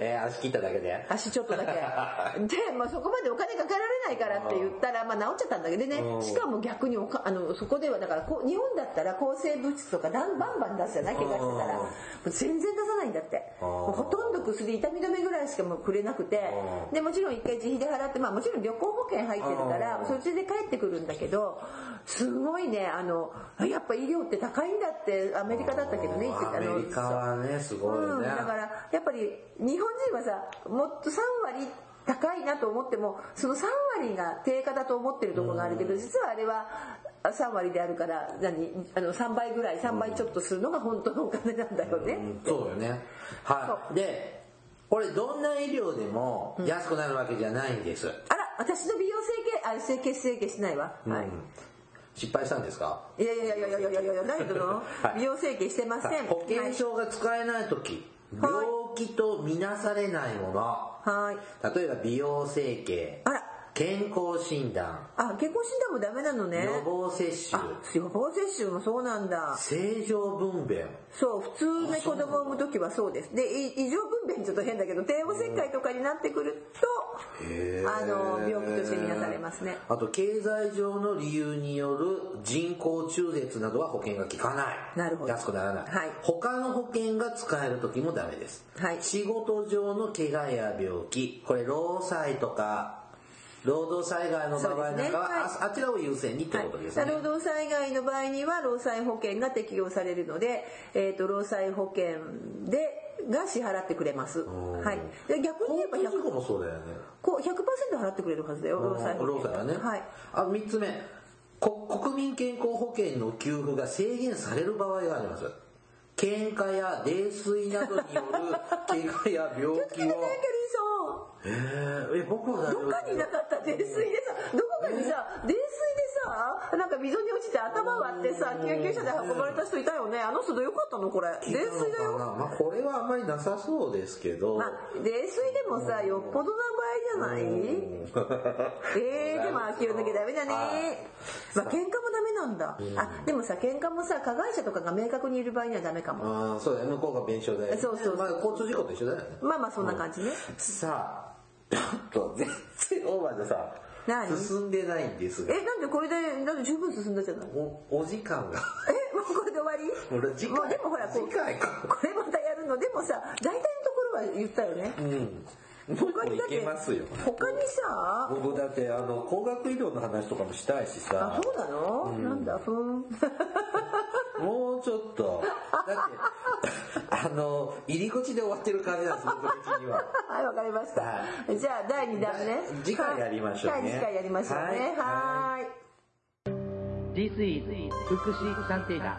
Speaker 1: えー足切っただけで
Speaker 2: 足ちょ っとだけで、まあ、そこまでお金かけられないからって言ったら、まあ、治っちゃったんだけどね
Speaker 1: うん
Speaker 2: しかも逆におかあのそこではだからこう日本だったら抗生物質とかだんバンバン出すじゃない怪我してたら
Speaker 1: うん
Speaker 2: もう全然出さないんだって
Speaker 1: うん
Speaker 2: もうほとんど薬痛み止めぐらいしかもうくれなくて
Speaker 1: うん
Speaker 2: でもちろん一回自費で払って、まあ、もちろん旅行保険入ってるから
Speaker 1: うん
Speaker 2: そっちで帰ってくるんだけどすごいねあのやっぱ医療って高いんだってアメリカだったけどね言ってた
Speaker 1: アメリカはねすごいね、
Speaker 2: うん、だからやっぱり日本人はさもっと3割高いなと思ってもその3割が低価だと思ってるところがあるけど実はあれはあ3割であるから何あの3倍ぐらい3倍ちょっとするのが本当のお金なんだよね。
Speaker 1: うんそうよねはいでこれどんな医療でも安くなるわけじゃないんです、
Speaker 2: あら私の美容整形あ整形整形しないわ。はい
Speaker 1: うん失敗したんですか
Speaker 2: いやいやいやいやいやいやいやいや何言うの、
Speaker 1: はい
Speaker 2: 美容整形してません。
Speaker 1: 保険証が使えない時、
Speaker 2: はい
Speaker 1: 病気とみなされないもの
Speaker 2: はい。はい
Speaker 1: 例えば美容整形
Speaker 2: あら
Speaker 1: 健康診断、
Speaker 2: あ健康診断もダメなのね
Speaker 1: 予防接種
Speaker 2: あ、予防接種もそうなんだ
Speaker 1: 正常分娩、
Speaker 2: そう普通の子供を産む時はそうですでい異常分娩ちょっと変だけど帝王切開とかになってくる
Speaker 1: へ
Speaker 2: と
Speaker 1: ー
Speaker 2: あの病気として見なされますね
Speaker 1: あと経済上の理由による人工中絶などは保険が効かない
Speaker 2: なるほど
Speaker 1: 安くならない、
Speaker 2: はい
Speaker 1: 他の保険が使える時もダメです、
Speaker 2: はい
Speaker 1: 仕事上の怪我や病気これ労災とか労働災害の場合なんかは、
Speaker 2: そうですね
Speaker 1: ああちらを優先にって
Speaker 2: はい
Speaker 1: ことですね、
Speaker 2: 労働災害の場合には労災保険が適用されるので、えー、と労災保険でが支払ってくれます、
Speaker 1: ん
Speaker 2: はい、で逆に言えば
Speaker 1: 交通事
Speaker 2: 100%,
Speaker 1: 故もそうだよね
Speaker 2: こう100%払ってくれるはずだよ労災保険
Speaker 1: 労災はね、
Speaker 2: はい、
Speaker 1: あ3つ目こ国民健康保険の給付が制限される場合があります喧嘩や泥酔など による怪我や病
Speaker 2: 気をつ
Speaker 1: 気
Speaker 2: けてねキャリ
Speaker 1: を
Speaker 2: ーさん
Speaker 1: えー、え僕は
Speaker 2: どっかにいなかった泥酔でさどこかにさ泥酔でさなんか溝に落ちて頭割ってさ救急車で運ばれた人いたよねあの人どうよかったのこれ泥酔だよ
Speaker 1: な、まあ、これはあんまりなさそうですけど、
Speaker 2: まあ泥酔でもさよっぽどな場合じゃない えー、でも気を抜けダメだね
Speaker 1: はい
Speaker 2: まあ喧嘩もダメなんだあでもさ喧嘩もさ加害者とかが明確にいる場合にはダメかも
Speaker 1: あーそうだよ向こうが弁償で
Speaker 2: そうそうそう
Speaker 1: まあ、交通事故と一緒だよね
Speaker 2: まあまあそんな感じね
Speaker 1: さあちょっと全然オーバーでさ
Speaker 2: 何
Speaker 1: 進んでないんです
Speaker 2: え
Speaker 1: が
Speaker 2: なんでこれでなんで十分進んだじゃない
Speaker 1: おお時間が
Speaker 2: えもうこれで終わり
Speaker 1: もう次回
Speaker 2: もうでもほらこう
Speaker 1: 次回か
Speaker 2: これまたやるのでもさ大体のところは言ったよね
Speaker 1: うんもう
Speaker 2: 他に
Speaker 1: い
Speaker 2: だって
Speaker 1: けますよ
Speaker 2: 他にさ
Speaker 1: 僕だってあの高額医療の話とかもしたいし
Speaker 2: あ
Speaker 1: さ
Speaker 2: そうなの、なんだふん
Speaker 1: もうちょっとだって あの入り口で終わってる感じなんです僕的には
Speaker 2: はいわかりました、
Speaker 1: は
Speaker 2: じゃあ第2弾ね
Speaker 1: 第次回やりましょうね
Speaker 2: はい第2回やりましょうね
Speaker 1: はい
Speaker 2: はーい
Speaker 3: This is 福祉探偵団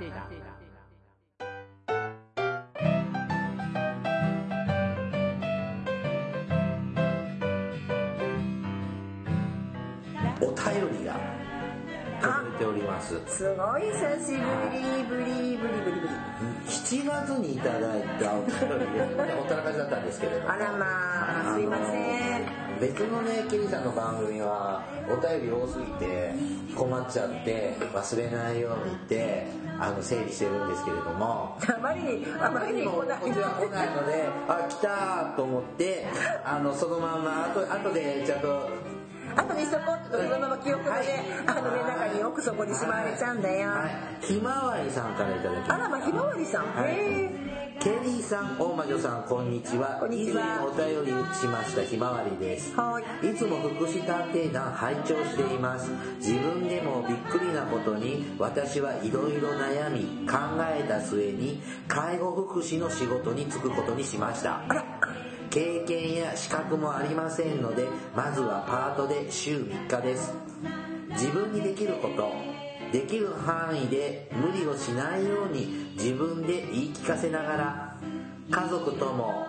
Speaker 1: お便りが届いております
Speaker 2: すごい久しぶりぶりぶりぶりぶり
Speaker 1: 7月にいただいたお便りですねおたらかしだったんですけれども
Speaker 2: あらまあすいません
Speaker 1: ん別のねケリさんの番組はお便り多すぎて困っちゃって忘れないようにってあの整理してるんですけれども
Speaker 2: あまりにあ
Speaker 1: あ
Speaker 2: ま
Speaker 1: ま
Speaker 2: り
Speaker 1: り
Speaker 2: に
Speaker 1: にも
Speaker 2: 来
Speaker 1: こ
Speaker 2: ない
Speaker 1: っちは来ないのであ来たーと思ってあのそのまんまあとあとでちゃんと
Speaker 2: あとにしとこうってそのまま記憶のね、あのね中に奥底にしまわれちゃうんだよ、
Speaker 1: はいひまわりさんからいただきました
Speaker 2: あらまひまわりさん、
Speaker 1: はい
Speaker 2: へ
Speaker 1: ケリーさん、大魔女さん、こんにちは。
Speaker 2: こんにちは
Speaker 1: 以前お便りしましたひまわりです。
Speaker 2: えはい
Speaker 1: いつも福祉探偵団拝聴しています。自分でもびっくりなことに、私はいろいろ悩み、考えた末に、介護福祉の仕事に就くことにしました。経験や資格もありませんので、まずはパートで週3日です。自分にできることできる範囲で無理をしないように自分で言い聞かせながら家族とも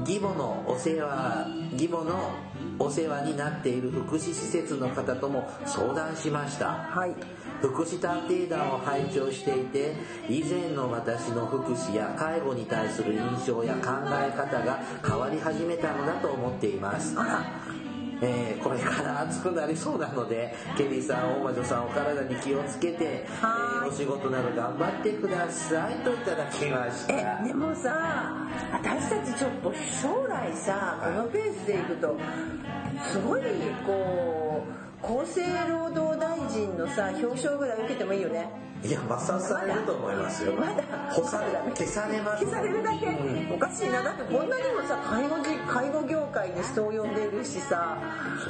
Speaker 1: 義母のお世話義母のお世話になっている福祉施設の方とも相談しました
Speaker 2: はい
Speaker 1: 福祉探偵団を拝聴していて以前の私の福祉や介護に対する印象や考え方が変わり始めたのだと思っていますえーこれから暑くなりそうなのでケリーさん大魔女さんお体に気をつけて、え
Speaker 2: はーい
Speaker 1: ーお仕事など頑張ってくださいといただきました
Speaker 2: えでもさ私たちちょっと将来さこのペースでいくとすごいこう厚生労働大臣のさ表彰ぐらい受けてもいいよね
Speaker 1: いや摩擦されると思いますよ
Speaker 2: まだ
Speaker 1: 干され消されます
Speaker 2: 消されるだけ、
Speaker 1: うん
Speaker 2: おかしいなだってこんなにもさ介護じ介護業界に人を呼んでるしさ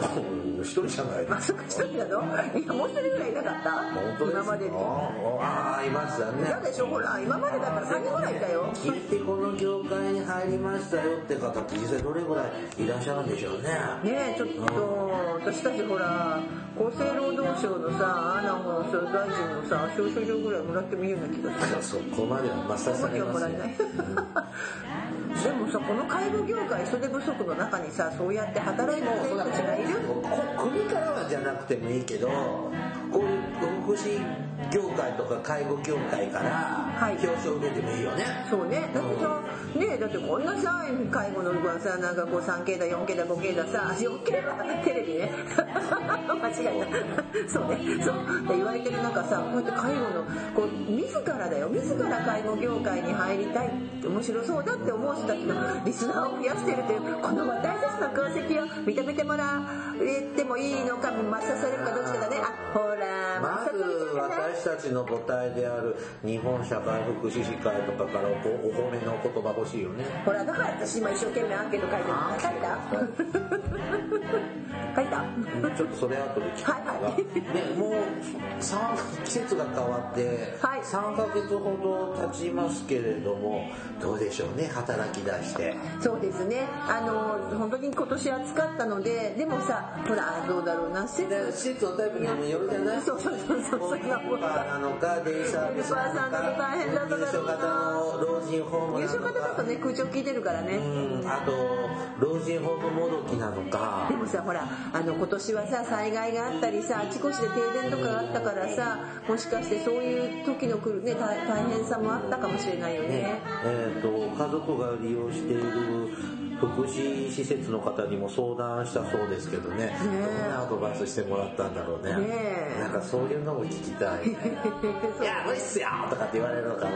Speaker 1: そう一人じゃない
Speaker 2: まさか一人なのいやもう一人ぐらいいなかった
Speaker 1: 本当ですか
Speaker 2: 今までに
Speaker 1: ああいましたね
Speaker 2: いたでしょほら今までだったら3人ぐらいいたよ
Speaker 1: 聞いてこの業界に入りましたよって方って実際どれぐらいいらっしゃるんでしょうね
Speaker 2: ねえちょっと私たちほら厚生労働省のさアナの総大臣のさ表彰状ぐらいもらってもいいような気が する
Speaker 1: そこまでは摩擦
Speaker 2: そ
Speaker 1: さ
Speaker 2: んな
Speaker 1: れ
Speaker 2: 気
Speaker 1: ま
Speaker 2: はも
Speaker 1: す
Speaker 2: ら
Speaker 1: ね
Speaker 2: えない、でもさこの介護業界人手不足の中にさそうやって働いてる人たちがいる
Speaker 1: こ国からはじゃなくてもいいけどこういう福祉業界とか介護業界から
Speaker 2: い
Speaker 1: 表彰を受けてもいいよね、
Speaker 2: そうねだってさねえだってこんなさ介護の具はさなんかこう 3K だ 4K だ 5K ださ 4K はテレビね 間違いないそうねそうって言われてる中さこうやって介護のこう自らだよ自ら介護業界に入りたいって面白そうだって思う人たちのリスナーを増やしてるというこの私たちの功績を認めてもらえてもいいのか抹殺されるかどっちかだねあほら
Speaker 1: まず
Speaker 2: 抹殺されるかな
Speaker 1: 私たちの母体である日本社会福祉士会とかからおお褒めの言葉欲しいよね
Speaker 2: ほらだから私今一生懸命アンケート書いてる
Speaker 1: あ
Speaker 2: 書いた書いた
Speaker 1: ちょっとそれ後で聞くから、
Speaker 2: はいはい
Speaker 1: ね、もうさん季節が変わって
Speaker 2: はい
Speaker 1: 3ヶ月ほど経ちますけれどもどうでしょうね働き出して
Speaker 2: そうですねあの本当に今年暑かったのででもさほらどうだろうな施設
Speaker 1: でシーツのタイプにもよるじゃない
Speaker 2: そうそうそうそう
Speaker 1: コンピューターなのかデイサービスなの
Speaker 2: コンピ
Speaker 1: か
Speaker 2: ューターさんとか大変だと
Speaker 1: 入所型の老人ホームな
Speaker 2: 優勝
Speaker 1: の
Speaker 2: 方だと
Speaker 1: か
Speaker 2: ね空調効いてるからね、
Speaker 1: うんあと老人ホームもどきなのか
Speaker 2: でもさほらあの今年はさ災害があったりさあちこちで停電とかがあったからさもしかしてそういう時の来るね大大変さもあったかもしれないよね
Speaker 1: ねえー、と家族が利用している福祉施設の方にも相談したそうですけどねどんなアドバイスしてもらったんだろうね
Speaker 2: ねえ
Speaker 1: なんかそういうのも聞きたいね いや無理っすよとかって言われるのかも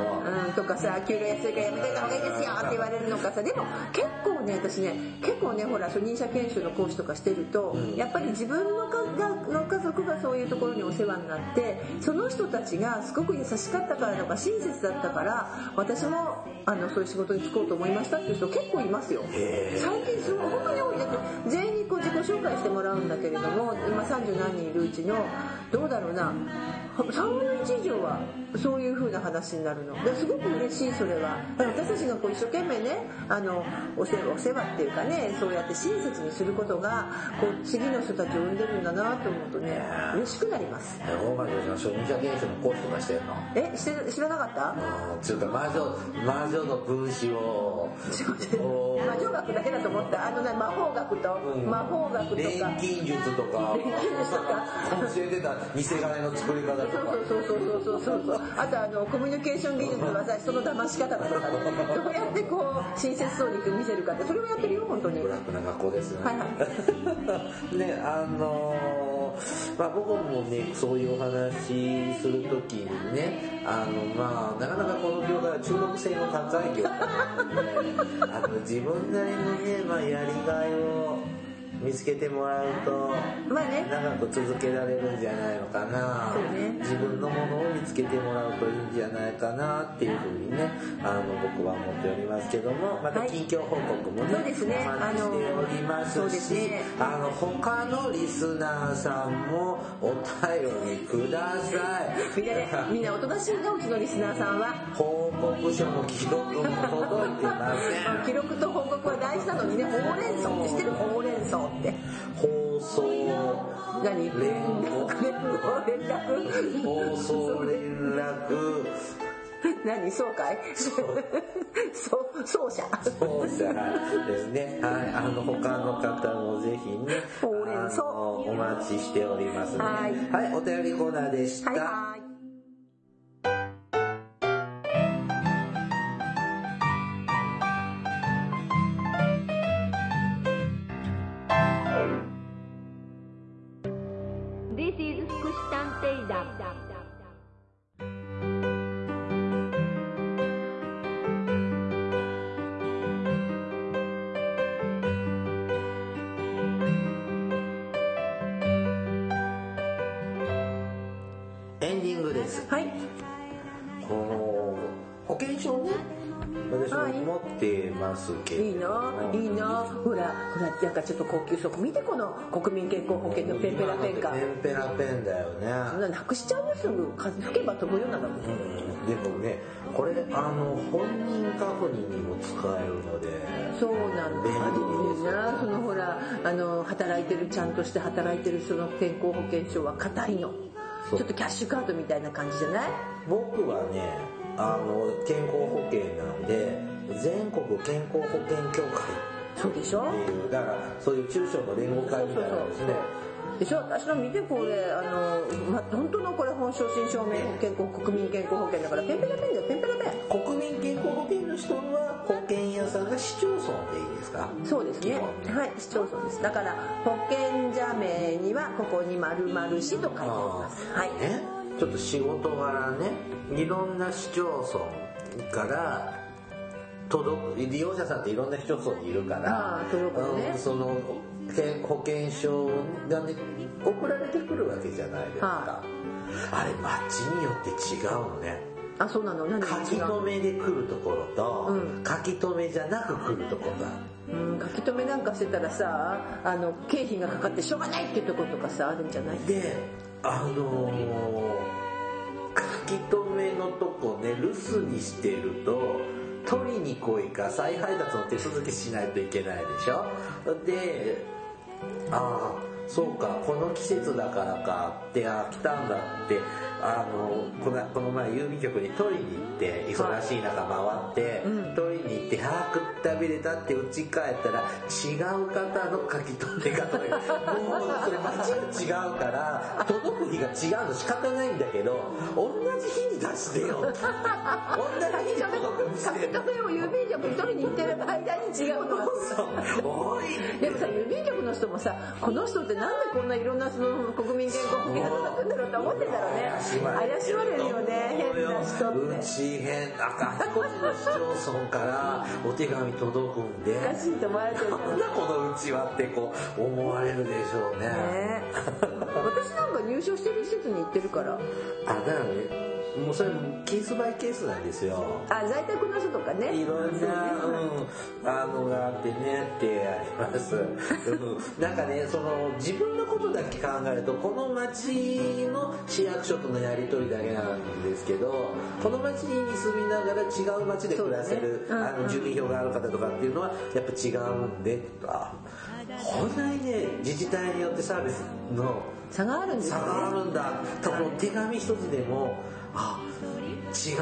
Speaker 2: うん、とかさ給料安いからやめといた方がいいですよって言われるのかさでも結構ね私ね結構ねほら初任者研修の講師とかしてると、
Speaker 1: ん
Speaker 2: やっぱり自分の家がの家族がそういうところにお世話になってその人たちがすごく優しかったからとか親切だったから私もあのそういう仕事に就こうと思いましたっていう人結構いますよ
Speaker 1: へえ
Speaker 2: 最近すごく多いだって全員にこう自己紹介してもらうんだけれども今30何人いるうちのどうだろうな3分の1以上はそういう風な話になるのですごく嬉しいそれはだから私たちがこう一生懸命ねあのお世お世話っていうかねそうやって親切にすることがこう次の人たちを生んでるんだなと思うとね嬉しくなります
Speaker 1: え大魔女さん初任者研修の講師とかしてるの
Speaker 2: えして知らなかった
Speaker 1: うんつうか魔女魔女の分子をお
Speaker 2: 魔女学だけだと思ったあのね魔法学と
Speaker 1: うん
Speaker 2: 魔法学と
Speaker 1: 錬
Speaker 2: か
Speaker 1: 金術とか
Speaker 2: 錬金術とか
Speaker 1: 教えてた見せ金の作り方
Speaker 2: そうそうそうそう
Speaker 1: とか
Speaker 2: そうそうそうあとあのコミュニケーション技術はさ人の騙し方だとかねどうやってこう親切そうに見せるかってそれをやってるよ本当に
Speaker 1: ブラックな学校ですよね。
Speaker 2: はいは
Speaker 1: ね、あのーまあ僕もね、そういうお話するときにね、あの、まあ、なかなかこの業界は中毒性の高い業界なので、あの、自分なりにね、まあ、やりがいを見つけてもらうと、
Speaker 2: まあね
Speaker 1: 長く続けられるんじゃないのかな、
Speaker 2: そうね
Speaker 1: 自分のものを見つけてもらうといいんじゃないかなっていうふうにねあの僕は思っておりますけどもまた
Speaker 2: はい
Speaker 1: 近況報告もね、
Speaker 2: そうですね
Speaker 1: お話ししておりますし
Speaker 2: あのそうですね
Speaker 1: あの他のリスナーさんもお便りくだ
Speaker 2: みんなね
Speaker 1: さい
Speaker 2: みんなおとなしいなうちのリスナーさんは
Speaker 1: 報告書も記録も届いてませ
Speaker 2: 記
Speaker 1: ん
Speaker 2: 録と報告は大事なのにねほうれん草って知ってるほうれん草って
Speaker 1: 放送
Speaker 2: 何連
Speaker 1: 連合
Speaker 2: 絡 連絡
Speaker 1: 放送連絡
Speaker 2: 何総 会そう奏者
Speaker 1: そうじゃないですね。はい、あの他の方もぜひね、
Speaker 2: ほうれん草
Speaker 1: あのお待ちしておりますね。は、
Speaker 2: はいい
Speaker 1: お便りコーナーでした。
Speaker 2: はいはい
Speaker 4: 福祉探偵団
Speaker 1: エンディングです。
Speaker 2: はい
Speaker 1: この保険証ね、私も持ってますけれど
Speaker 2: いいないいなほらほらなんかちょっと高級食見てこの国民健康保険のペンペラペンか
Speaker 1: ペンペラペンだよね。
Speaker 2: そんななくしちゃうよすぐ風吹けば飛ぶようなんだもん
Speaker 1: うんでもね、これあの本人確認にも使えるので、
Speaker 2: そうなんだ
Speaker 1: 便利ですよね
Speaker 2: なそのほらあの働いてるちゃんとして働いてる人の健康保険証は硬いの
Speaker 1: そう
Speaker 2: ちょっとキャッシュカードみたいな感じじゃない
Speaker 1: 僕はねあの健康保険なんで全国健康保険協会
Speaker 2: そうでしょ
Speaker 1: っていうだからそういう中小の連合会みたいなのですね
Speaker 2: でしょ私の見てこれあの、ま、本当のこれ本証新証明健康国民健康保険だからペンペラペンだよペンペラペン
Speaker 1: 国民健康保険の人は保険れ市町村でいいですか
Speaker 2: そうですね。
Speaker 1: 基
Speaker 2: は
Speaker 1: 本ね
Speaker 2: い、市町村です。だから保険者名にはここに丸々市と書いてあります。はい。
Speaker 1: ね、ちょっと仕事柄ねいろんな市町村から届く利用者さんっていろんな市町村にいるから
Speaker 2: あー届くね
Speaker 1: うんそのけ保険証がね送られてくるわけじゃないですか、
Speaker 2: は
Speaker 1: あれ町によって違うのね
Speaker 2: あ、そうなの。何
Speaker 1: 書
Speaker 2: が
Speaker 1: き
Speaker 2: 違う。
Speaker 1: 留めで来るところと、
Speaker 2: う
Speaker 1: 書き留めじゃなく来るところが
Speaker 2: うん、書き留めなんかしてたらさ、あの経費がかかってしょうがないっていうところとかさあるんじゃない？
Speaker 1: であのー、書き留めのとこね留守にしてると取りに来いか再配達の手続きしないといけないでしょでああそうかこの季節だからかってああ来たんだってあのこのこの前郵便局に取りに行って忙しい中回って、
Speaker 2: うん
Speaker 1: 取りに行ってああくったびれたって家帰ったら違う方の書き留めが届いてもうそれ街が違うから届く日が違うの仕方ないんだけど同じ日に出してよ同じ日に届くんです
Speaker 2: 書
Speaker 1: よ
Speaker 2: き留めを郵便局に取りに行ってる間に違うのが。
Speaker 1: そうおい
Speaker 2: でもさ郵便局の人もさこの人ってなんでこんないろんなその国民健康保険が届くんだろうと思ってたらね怪しまれるよね変な人って
Speaker 1: うち変なあちこちの市町村からお手紙届くんで
Speaker 2: おかしいと思われてるから
Speaker 1: なんだこのうちはってこう思われるでしょうね
Speaker 2: ね私なんか入賞してる施設に行ってるから
Speaker 1: あだからねもうそれケースバイケースなんですよ
Speaker 2: あ在宅の人とかね
Speaker 1: いろんな、うん、あのがあってねってあります、うん、なんかねその自分のことだけ考えるとこの町の市役所とのやり取りだけなんですけどこの町に住みながら違う町で暮らせる、
Speaker 2: そうだ
Speaker 1: あ
Speaker 2: ねうんう
Speaker 1: の
Speaker 2: ん
Speaker 1: 住民票がある方とかっていうのはやっぱ違うんでとかこんなにね自治体によってサービスの
Speaker 2: 差があるんです
Speaker 1: 差
Speaker 2: よね
Speaker 1: があるんだ多分手紙一つでもあ違う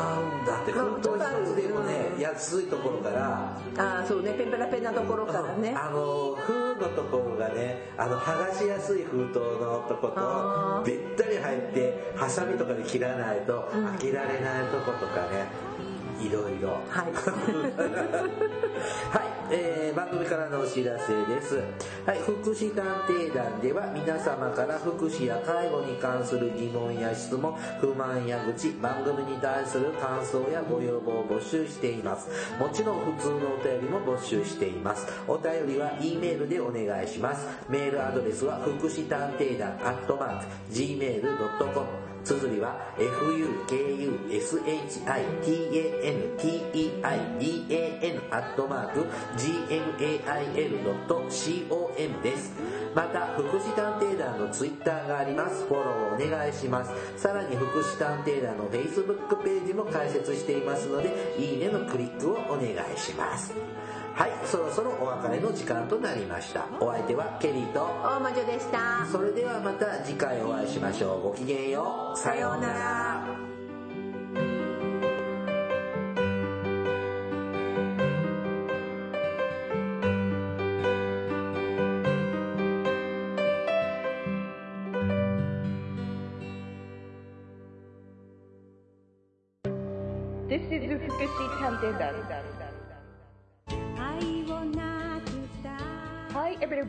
Speaker 1: んだって
Speaker 2: まあ
Speaker 1: 封筒一つでもね
Speaker 2: うん
Speaker 1: 安いところから
Speaker 2: あそうねペンペラペンなところからね
Speaker 1: あの封のところがねあの剥がしやすい封筒のとこ
Speaker 2: あ
Speaker 1: と
Speaker 2: ー
Speaker 1: べったり入ってハサミとかで切らないと
Speaker 2: うん
Speaker 1: 開けられないとことかねいろいろ
Speaker 2: はい
Speaker 1: はい、えー番組からのお知らせです。はい、福祉探偵団では皆様から福祉や介護に関する疑問や質問、不満や愚痴、番組に対する感想やご要望を募集しています。もちろん普通のお便りも募集しています。お便りは E メールでお願いします。メールアドレスは福祉探偵団アットマーク gmail.com 綴りは fukushitanteidan アットマーク gmail.com です。また、福祉探偵団のツイッターがあります。フォローお願いします。さらに、福祉探偵団の Facebook ページも開設していますので、いいねのクリックをお願いします。はい、そろそろお別れの時間となりました。お相手はケリーと、
Speaker 2: 大魔女でした
Speaker 1: それではまた次回お会いしましょう。ごきげんよう。
Speaker 2: さようなら
Speaker 5: Hi